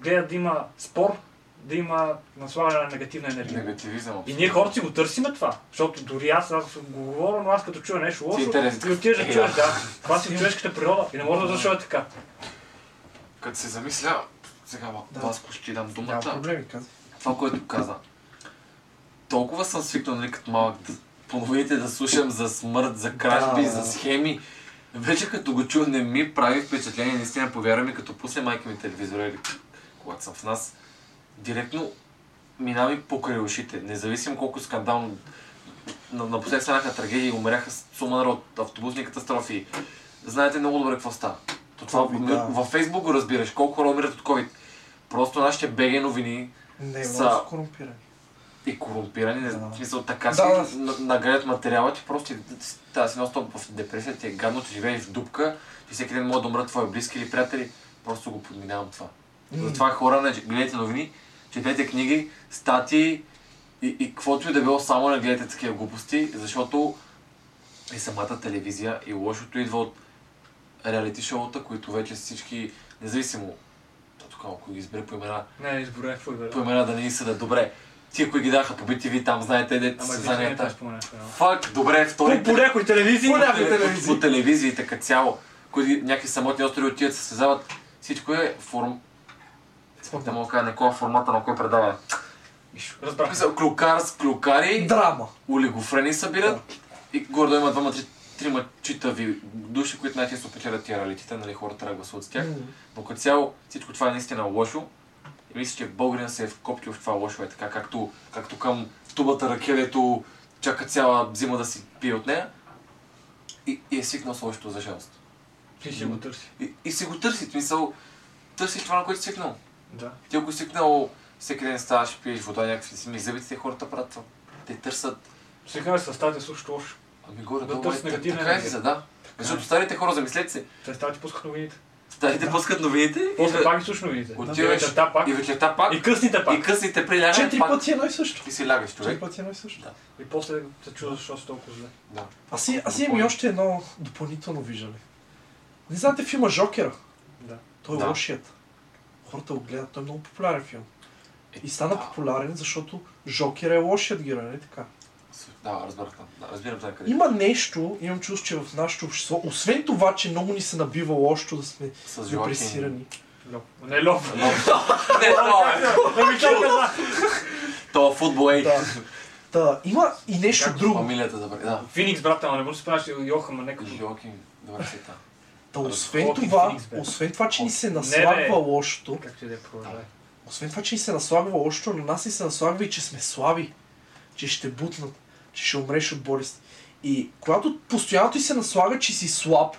S3: гледа да има спор, да има наслагане на негативна енергия.
S1: Негативизъм.
S3: И ние хората си го търсиме това, защото дори аз, аз го говоря, но аз като чуя нещо лошо,
S1: интересен.
S3: и отиваш да
S1: Е,
S3: чуеш,
S1: да.
S3: да, това си в човешката природа и не може да защо е така.
S1: Като се замисля, сега
S2: Да.
S1: Васко ще ти дам
S2: Няма
S1: думата.
S2: проблеми, казвам.
S1: Това, което каза. Толкова съм свикнал, нали, като малък, да, по новините да слушам за смърт, за кражби,
S2: Да.
S1: за схеми. Вече като го чух, не ми прави впечатление, наистина повярвам ми, като пусне майка ми телевизора или когато съм в нас, директно минава ми покрай ушите. Независимо колко скандално на- напоследък станаха трагедии, умряха с- сума народ, автобусни катастрофи. Знаете много добре какво става. То това
S2: COVID, Ами да.
S1: във Фейсбук го разбираш, колко хора умират от COVID. Просто нашите БГ новини,
S2: Не,
S1: Са-
S2: много са корумпирани.
S1: и корумпирани, не,
S2: Да.
S1: в смисъл така
S2: Да,
S1: си
S2: да.
S1: на- нагряват материала, ти просто тази си нон-стоп в депресия, ти е гадно, че живееш в дупка и всеки ден може да умрат твои близки или приятели, просто го подминавам това.
S2: М.
S1: Затова хора, не гледайте новини, четете книги, статии и, и каквото и да било, само не гледайте такива глупости, защото и самата телевизия и лошото идва от реалити шоута, които вече всички, независимо, то тук ако ги избере по имена,
S3: Не, е изборя, какво
S1: по имена да не ни съдат. Добре, тия, кои ги даха по BTV, там знаете, дете
S3: Ама
S1: се
S3: ти не е
S1: занята.
S3: споменеш. едно.
S1: Фак, добре, втори
S3: По някои телевизии.
S2: По
S1: по-
S2: някои телевизии.
S1: По телевизиите като цяло, които ги- някакви самотни острови отиват, се създават. Всичко е форм... Не мога да кажа на кой е формата, на кой предава.
S3: Разбрах.
S1: Клюкар с клюкари, Е,
S2: Драма.
S1: олигофрени събират и гордо има двама-три трима читави души, които най-често печелят тия реалитета, нали, хората трябва да гласуват с тях. Но като цяло всичко това е наистина лошо. И мисля, че Българин се е вкоптил в това лошо е така, както, както към тубата ръке, дето чака цяла зима да си пие от нея. И, и е свикнал с лошото за жалост.
S4: Ти ще го търси.
S1: И, и си го търси, в смисъл, търсиш това, на което си свикнал.
S4: Да.
S1: Ти ако си свикнал всеки ден ставаш, пиеш вода, някакви си ми зъбите, хората правят това. Те търсят,
S4: Сега с статия също лошо.
S1: ами горе,
S4: Да
S1: долу е,
S4: търсят
S1: та-
S4: негативна
S1: така е,
S4: енергия.
S1: за да. Защото старите хора, замислете се,
S4: Те стати пускат новините.
S1: старите пускат новините и
S4: После
S1: ве-
S4: пак ги слушаш новините.
S1: Отиваш
S4: И вечерта пак.
S1: и вечерта пак,
S4: И късните
S1: и
S4: пак.
S1: късните приляга,
S2: Четири
S1: пак
S2: пъти едно и също.
S1: ти си лягаш,
S2: Четири
S1: човек.
S2: пъти едно и също.
S4: И после се чудя защо си толкова зле.
S1: Да.
S2: Аз, и- аз имам и
S1: Допълни.
S2: още едно допълнително виждане. Не знаете филма Жокера?
S4: Да.
S2: Той е
S1: Да.
S2: лошият. Хората го гледат, той е много популярен филм.
S1: Е,
S2: И стана
S1: да.
S2: популярен, защото Жокер е лошият герой, не така?
S1: Е. Да, разбрах. там. Да, разбирам това къде.
S2: Има нещо, имам чувство, че в нашето общество, освен това, че много ни се набива лошо да сме
S1: С Жоакин.
S2: депресирани.
S4: Лоб. Не е Ами лоб.
S1: Но- Не, това е.
S4: Да ми чакай да.
S1: То футбол е.
S2: Да. Та, има и нещо
S4: Е, Как
S2: друго.
S1: Фамилията, добре. Да.
S4: Феникс, брат, ама не може да спомняш Йохан, ма нека.
S1: Жоакин. Добре си е там.
S2: Та, освен
S4: Хоки,
S2: това,
S4: Феникс, бе.
S2: освен това, че ни се
S4: не, бе.
S2: наслагва лошото,
S4: Както и да е продължай.
S2: освен това, че ни се наслагва лошото, на нас ни се наслагва и че сме слаби, че ще бутнат, че ще умреш от болест. И когато постоянно ти се наслага, че си слаб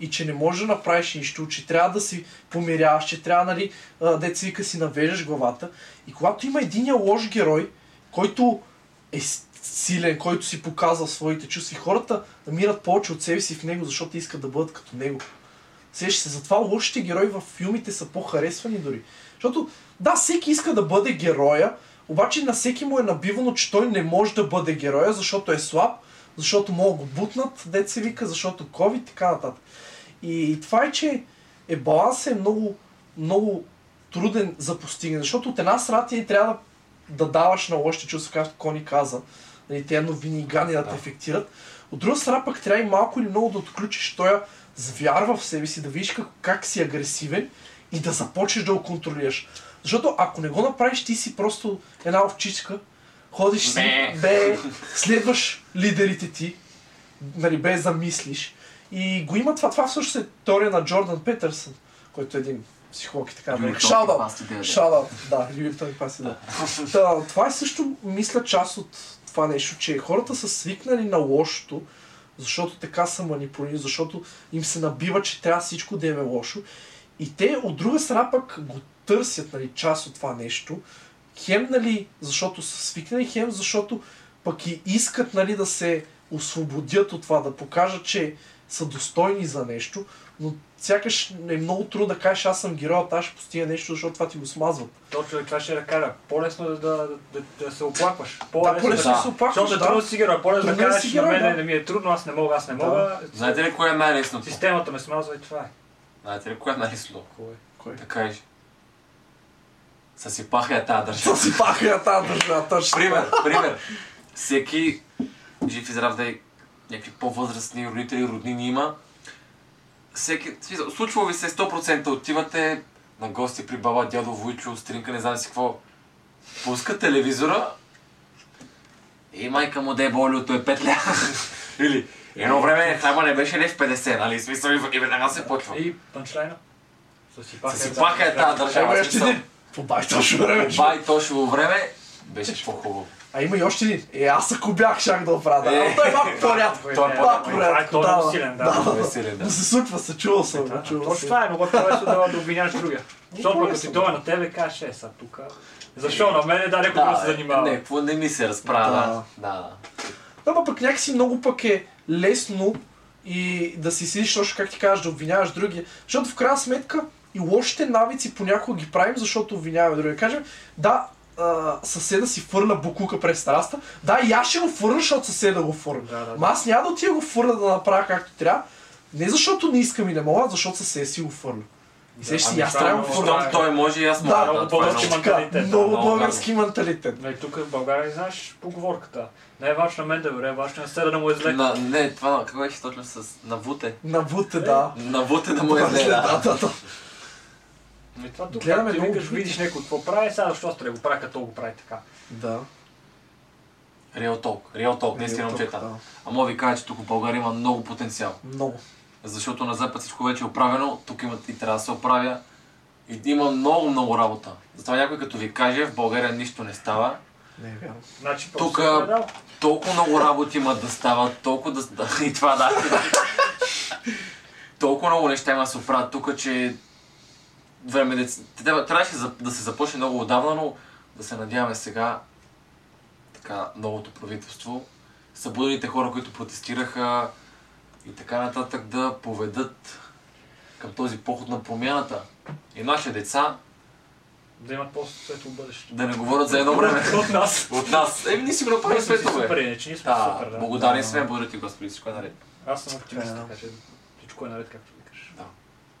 S2: и че не можеш да направиш нищо, че трябва да си помиряваш, че трябва, нали, а, деца вика си навеждаш главата. И когато има един лош герой, който е с- силен, който си показва своите чувства, и хората намират повече от себе си в него, защото искат да бъдат като него. Сещаш се, затова лошите герои в филмите са по-харесвани дори. Защото, да, всеки иска да бъде героя, обаче на всеки му е набивано, че той не може да бъде героя, защото е слаб, защото мога да го бутнат, дет се вика, защото COVID и така нататък. И това е, че е баланс е много, много труден за постигане, защото от една страна ти трябва да, да даваш на лошите чувства, както Кони каза, нали, тези новини и гани да, те
S1: Да.
S2: ефектират. От друга страна пък трябва и малко или много да отключиш този звяр в себе си, да видиш как, как си агресивен и да започнеш да го контролираш. Защото ако не го направиш, ти си просто една овчичка, ходиш си,
S1: Бе.
S2: бе, следваш лидерите ти, нали, без да мислиш. И го има това. Това всъщност е теория на Джордан Петърсън, който е един психолог и така.
S1: Юрий
S2: нататък.
S1: Топи,
S2: Шаут
S1: пасти тебе, да.
S2: Шаут, да, Юрий Топи Паси, да. Та, това е също, мисля, част от това нещо, че хората са свикнали на лошото, защото така са манипулирани, защото им се набива, че трябва всичко да им е лошо. И те от друга страна пък го търсят, нали, част от това нещо. Хем, нали, защото са свикнали, хем, защото пък и искат, нали, да се освободят от това, да покажат, че са достойни за нещо, но сякаш е много трудно да кажеш, аз съм героят, аз ще постигна нещо, защото това ти го смазват.
S4: То човек, това ще я кара. По-лесно е да, да, да, да се оплакваш.
S2: Да,
S4: По-лесно е
S2: по-лесно
S1: да.
S2: се опакваш,
S4: Защото е трудно
S2: да.
S4: да си герой, по-лесно да
S2: Трудно е да
S4: кажеш
S2: си
S4: на
S2: герой,
S4: мен
S2: да.
S4: не ми е трудно, аз не мога, аз не
S2: Да.
S4: мога.
S1: Знаете ли кое е най-лесното?
S4: Системата ме смазва и това е.
S1: Знаете ли кое е най-лесното?
S4: Кой?
S2: Кой?
S1: Да кажеш. Съсипаха я тази държава.
S2: Що си паха на тази държава, точно.
S1: Пример, пример. Всеки жив и здрав да е някакви по-възрастни родители, роднини има. Всеки, в смисъл, случва ви се 100% отивате на гости при баба, дядо, войчо, стринка, не знам си какво. Пуска телевизора и майка му де болиото е петля. Или едно време хлеба не беше лев 50, нали? В Смисъл и, и веднага се почва.
S4: И панчлайна. Съсипаха
S1: Съсипаха е тази държава.
S2: Има
S1: в
S2: и още
S1: смисъл.
S2: един. Побай точно време. че-
S1: Бай точно време беше по-хубаво.
S2: А има и още един. Е, аз ако бях, шах да оправя. Да,
S1: Е.
S2: но той е малко по-рядко.
S1: Той е
S2: малко
S1: по-рядко.
S4: Ай, той е много
S2: да.
S4: силен, да.
S1: Той е силен, да.
S2: Но се случва, се чувал съм, го, чувал
S4: Точно
S2: съм.
S4: това е, много по-лесно да, да обвиняваш другия. Защото
S2: по-лесно,
S4: като ти
S2: да.
S4: дойде на тебе, кажеш, е, са тук. Защо на мен да някой да
S1: Да, е,
S4: се занимава?
S1: Не, какво не ми се разправя. Да. да. да.
S2: Да, ма пък някакси много пък е лесно и да си седиш точно как ти кажеш, да обвиняваш другия. Защото в крайна сметка и лошите навици понякога ги правим, защото обвиняваме другия. Кажем, да, а, съседа си фърля букука през тераста. Да, и аз ще го фърля, защото съседа го фърля.
S4: Да, да, да.
S2: Ма аз няма да отида го фърля да направя както трябва. Не защото не искам и не мога, а защото съседа си го фърля. И сега ще си,
S4: ами
S2: аз
S4: това
S2: трябва да
S4: е много
S2: го фърля.
S1: Щом той може и аз мога.
S2: Да,
S4: много
S1: това е
S4: повече
S1: много.
S2: Така,
S4: менталитет, да,
S2: много
S1: много
S2: български менталитет.
S4: Нали, тук в България знаеш поговорката. Най-важно на мен да бъде, важно на седа да му е зле.
S1: На, не, това какво беше точно с навуте?
S2: Набуте, да.
S1: Навуте да му е зле,
S2: да,
S1: да.
S2: да, да.
S4: Ами това тук, Гледаме
S2: Гледаме
S4: ти
S2: много
S4: викаш,
S2: други.
S4: видиш някой какво прави, сега защо сте да го прави, като го прави така.
S2: Да.
S1: Реал толк. Реал толк, не
S2: Или
S1: искрено
S2: тук,
S1: момчета.
S2: да.
S1: Ама ви кажа, че тук в България има много потенциал.
S2: Много.
S1: Защото на Запад всичко вече е оправено, тук има и трябва да се оправя. И има много, много работа. Затова някой като ви каже, в България нищо не става.
S2: Не е вярно.
S3: Значи,
S1: Тука-
S3: просто го е дал.
S1: Толкова много работи има да стават, толкова да... ста- И това да. толкова много неща има да се оправят тук, че... Време да... трябва- Трябваше за- да се започне много отдавна, но да се надяваме сега така новото правителство, събудените хора, които протестираха и така нататък да поведат към този поход на промяната. И нашите деца
S3: Да имат по-светло бъдеще.
S1: да не говорят за едно време
S3: От нас.
S1: от нас. Еми, ние си го
S3: Ние
S1: направим
S3: сме си
S1: светове.
S3: супер, иначе ние сме
S1: Да,
S3: супер, да.
S1: благодарен
S2: Да.
S1: сме, благодаря ти, Господи, всичко е наред.
S3: Аз съм оптимист,
S2: Да.
S3: така че всичко е наред, както викаш.
S1: Да.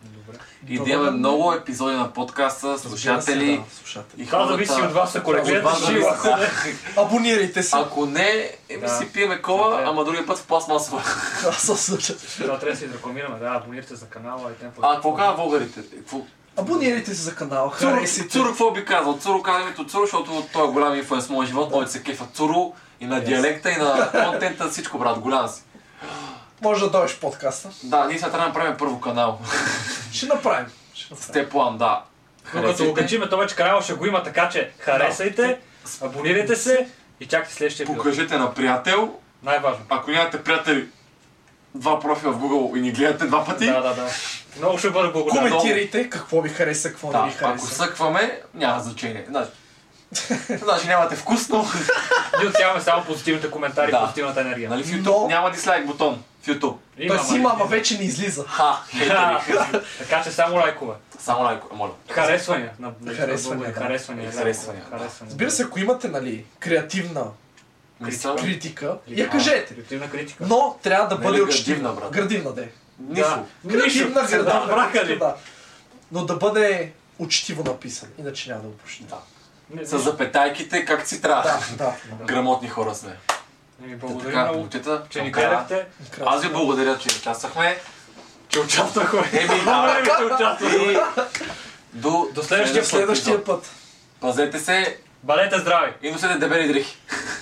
S3: Добре.
S1: И да
S2: Добре.
S1: имаме много епизоди на подкаста,
S2: Разбира се,
S1: слушатели
S2: да, слушатели.
S1: и
S3: Това
S1: хората.
S3: зависи от вас, ако не
S1: От вас
S3: гледате
S1: зависи,
S3: жива.
S1: да.
S2: Абонирайте се.
S1: Ако не, еми
S3: Да.
S1: си пиеме кола,
S3: Да.
S1: ама другия път в пластмасова.
S2: Аз съм слушател.
S3: Това трябва да се изрекламираме, да, абонирайте се за канала и темпо.
S1: А какво казват българите? Какво?
S2: Абонирайте се за канала.
S1: Цуро,
S2: Харесайте.
S1: Цуро, какво би казал? Цуро казва името Цуро, защото той е голям инфуенс в моя живот, той се кефа Цуро и на
S3: Yes.
S1: диалекта, и на контента, всичко, брат, голям си.
S2: Може да дойдеш в подкаста.
S1: Да, ние сега трябва да направим първо канал.
S2: Ще направим. Ще направим.
S1: Степ план, да.
S3: Но като го
S1: Харесайте,
S3: качиме, то вече канала ще го има, така че харесайте, абонирайте се и чакайте следващия епизод.
S1: покажете на приятел.
S3: Най-важно.
S1: Ако нямате приятели, два профила в Google и ни гледате два пъти,
S3: Да, да, да. Много ще бъда благодарен.
S2: Коментирайте какво ви хареса, какво не
S1: Да,
S2: ви
S1: ако
S2: хареса.
S1: съкваме, няма значение. Значи, значи нямате вкус, но...
S3: Ние отсяваме само позитивните коментари,
S1: Да.
S3: позитивната енергия.
S1: нали в YouTube
S2: Но-
S1: няма дислайк бутон. В YouTube.
S2: Той си
S3: ма-
S2: има, ама вече не излиза.
S1: Ха,
S3: Да.
S1: хейтери.
S3: Така че само лайкове.
S1: Само лайк, моля.
S3: Харесвания. На, на-
S2: Харесвания,
S3: на-
S2: да.
S3: Харесвания. да.
S1: Харесвания, да.
S3: Харесвания.
S2: Разбира се, ако имате, нали, креативна
S1: Мисъл.
S2: критика,
S3: Или-
S2: я кажете.
S3: Колективна критика.
S2: Но трябва да
S1: Не,
S2: бъде
S1: бе,
S2: учтива.
S1: градивна, брат.
S2: Градивна, да е.
S1: Нищо.
S2: Градивна,
S3: Нищо. Да, брака ли?
S2: да. Но да бъде учтиво написан, иначе няма да го прочета.
S1: Да.
S3: Не,
S1: С
S3: нищо.
S1: запетайките, как си трябва.
S2: Да, да.
S1: Грамотни хора сме.
S3: Еми,
S1: Та
S3: Благодаря
S1: Така,
S3: много,
S1: момчета,
S3: че ни
S1: така.
S3: гледахте.
S2: Красиво.
S1: Аз ви благодаря, че участвахме.
S3: Че участвахме.
S1: Еми, да.
S3: Благодаря ви, че участвахте.
S1: И до,
S3: До следващия
S2: Следващия път.
S1: Пазете се
S3: Бъдете здрави!
S1: и носете дебели дрехи.